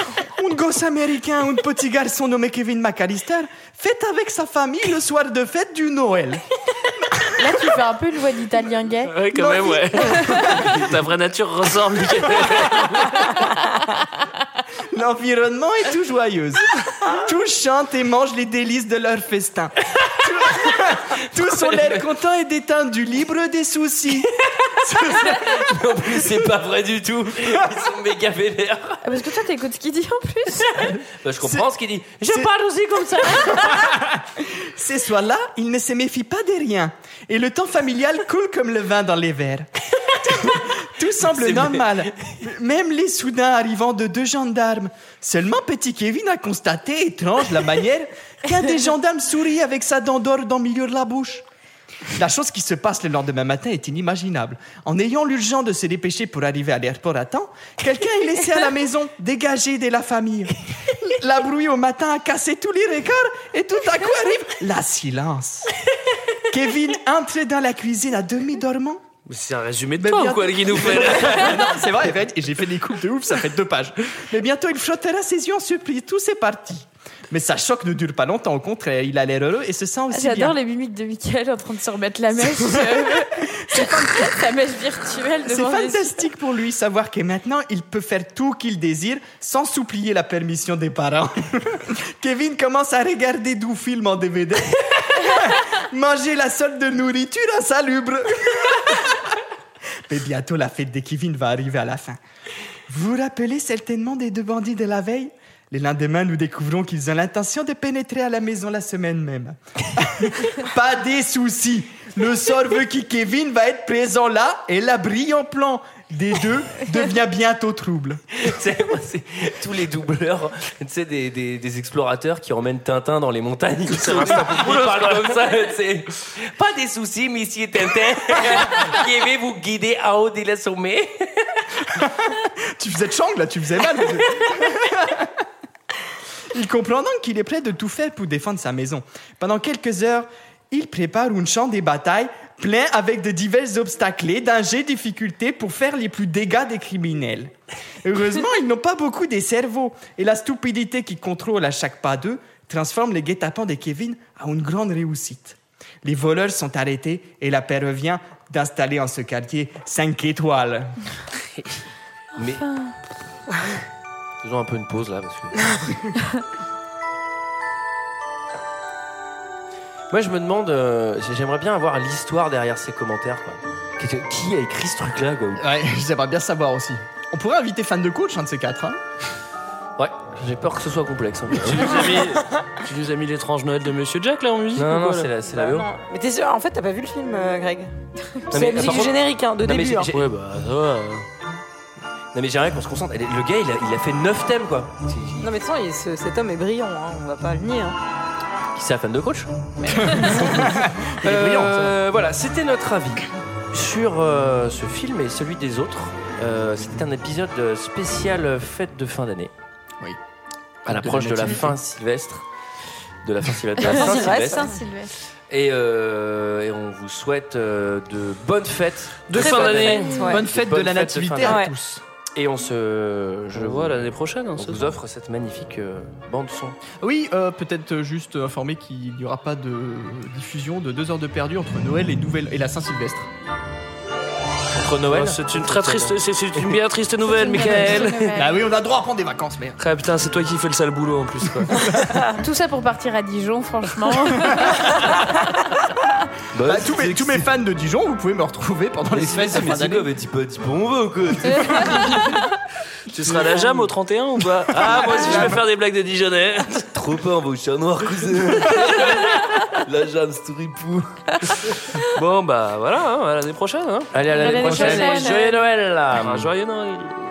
S2: Un gosse américain, un petit garçon nommé Kevin McAllister, fête avec sa famille le soir de fête du Noël.
S9: Là, tu fais un peu une voix d'italien gay.
S3: Ouais, quand même, ouais. Ta vraie nature ressort, Michael.
S2: L'environnement est tout joyeuse. Tous chantent et mangent les délices de leur festin. Tous- Tous ont l'air contents et détendus, libres des soucis.
S1: Mais en plus, c'est pas vrai du tout. Ils sont méga vénères.
S9: Ah, Parce que toi, t'écoutes ce qu'il dit en plus.
S1: Bah, je comprends ce qu'il dit.
S9: Je parle aussi comme ça.
S2: Ces soirs-là, ils ne se méfient pas de rien. Et le temps familial coule comme le vin dans les verres. Tout semble
S1: C'est vrai.
S2: normal. Même les soudains arrivants de deux gendarmes. Seulement, petit Kevin a constaté, étrange la manière, qu'un des gendarmes sourit avec sa dent d'or dans le milieu de la bouche. La chose qui se passe le lendemain matin est inimaginable. En ayant l'urgent de se dépêcher pour arriver à l'aéroport à temps, quelqu'un est laissé à la maison, dégagé de la famille. La bruit au matin a cassé tous les records et tout à coup arrive la silence. Kevin entre dans la cuisine à demi dormant.
S3: Mais c'est un résumé de toi ou quoi qui nous fait
S2: Non, c'est vrai, en fait, et j'ai fait des coupes de ouf, ça fait deux pages. Mais bientôt, il frottera ses yeux en surprise. Tout c'est parti. Mais sa choc ne dure pas longtemps, au contraire, il a l'air heureux et se sent aussi
S9: Ah,
S2: bien.
S9: J'adore les mimiques de Michael en train de se remettre la mèche. euh, sa mèche virtuelle
S2: C'est
S9: devant les yeux.
S2: fantastique pour lui savoir que maintenant il peut faire tout qu'il désire sans supplier la permission des parents. Kevin commence à regarder doux films en DVD. Manger la solde de nourriture insalubre. Mais bientôt la fête des Kevin va arriver à la fin. Vous vous rappelez certainement des deux bandits de la veille Les lendemains, nous découvrons qu'ils ont l'intention de pénétrer à la maison la semaine même. Pas des soucis. Le sort veut que Kevin va être présent là et la brillant plan des deux devient bientôt trouble.
S1: C'est- moi, c'est tous les doubleurs, tu sais, des, des- des explorateurs qui emmènent Tintin dans les montagnes. Ils, sont- ils parlent comme ça, tu sais. Pas des soucis, monsieur Tintin. Je vais vous guider à haut dès le sommet.
S2: Tu faisais de Chang là, tu faisais mal. il comprend donc qu'il est prêt de tout faire pour défendre sa maison. Pendant quelques heures, il prépare un champ des batailles plein avec de divers obstacles, dangers, difficultés pour faire les plus dégâts des criminels. Heureusement, ils n'ont pas beaucoup des cerveaux et la stupidité qui contrôle à chaque pas d'eux transforme les guet-apens de Kevin à une grande réussite. Les voleurs sont arrêtés et la paix revient d'installer en ce quartier 5 étoiles.
S1: Mais faisons un peu une pause là. Parce que... Moi, je me demande, euh, j'aimerais bien avoir l'histoire derrière ces commentaires. Quoi. Qui qui a écrit ce truc-là quoi
S2: Ouais, j'aimerais bien savoir aussi. On pourrait inviter fan de coach, un de ces quatre. hein.
S1: Ouais, j'ai peur que ce soit complexe. hein.
S3: Tu nous as mis- tu nous as mis l'étrange Noël de Monsieur Jack là en musique
S1: Non,
S3: ou
S1: non,
S3: quoi,
S1: c'est
S3: là Bah,
S1: la- c'est la BO.
S10: Mais t'es sûr, en fait, t'as pas vu le film, euh, Greg C'est
S1: mais,
S10: la musique
S1: par
S10: du
S1: contre-
S10: générique, hein, de
S1: Non, mais
S10: début.
S1: j'ai-
S10: hein.
S1: j'ai- Ouais, bah, ça va, euh. Non, mais j'aimerais qu'on se concentre. Elle est- Le gars, il a, il a fait 9 thèmes, quoi.
S10: Non, mais de toute façon, il- ce- cet homme est brillant, hein, on va pas le nier. hein.
S1: Qui c'est la fan de coach
S2: Il est brillant,
S1: Euh, Voilà, c'était notre avis sur euh, ce film et celui des autres. Euh, c'était un épisode spécial euh, fête de fin d'année.
S2: Oui.
S1: À l'approche de la fin Sylvestre. De la fin Sylvestre. de la fin Sylvestre.
S9: Saint-Sylvestre.
S1: Et, euh, et on vous souhaite euh, de bonnes fêtes.
S2: De
S1: Très
S2: fin
S1: bonnes
S2: d'année.
S1: fêtes.
S2: Ouais. Bonne
S1: De
S2: fête de
S1: bonnes
S2: la
S1: fêtes fin
S2: nativité à
S1: d'année.
S2: tous.
S1: Et on se. Je le vois l'année prochaine. hein, On,
S2: se
S1: vous
S2: voit.
S1: offre cette magnifique euh, bande-son.
S2: Oui, euh, peut-être juste informer qu'il n'y aura pas de diffusion de deux heures de perdu entre Noël et, Nouvelle- et la Saint-Sylvestre.
S1: Entre Noël
S3: Bah, C'est une très triste, c'est c'est une bien triste nouvelle,
S2: C'est une bien triste
S3: Michael.
S2: nouvelle. Bah oui, on a droit à prendre des vacances, merde.
S3: Ah putain, c'est toi qui fais le sale boulot en plus. Quoi.
S9: Tout ça pour partir à Dijon, franchement.
S2: Bah, tous, mes, tous mes fans de Dijon, vous pouvez me retrouver pendant les fêtes de fin d'année.
S1: Mais dis pas, dis pas, on va ou quoi
S3: tu seras à la jam au 31 ou pas Ah, moi aussi je vais faire des blagues de Dijonais.
S1: Trop pas, on va au chien noir, cousin. La jam stripou.
S3: Bon, bah voilà, hein, à l'année prochaine. hein.
S1: Allez, à l'année
S3: Bonne
S1: prochaine.
S3: année.
S1: Joyeux Noël.
S3: Ah, Joyeux Noël.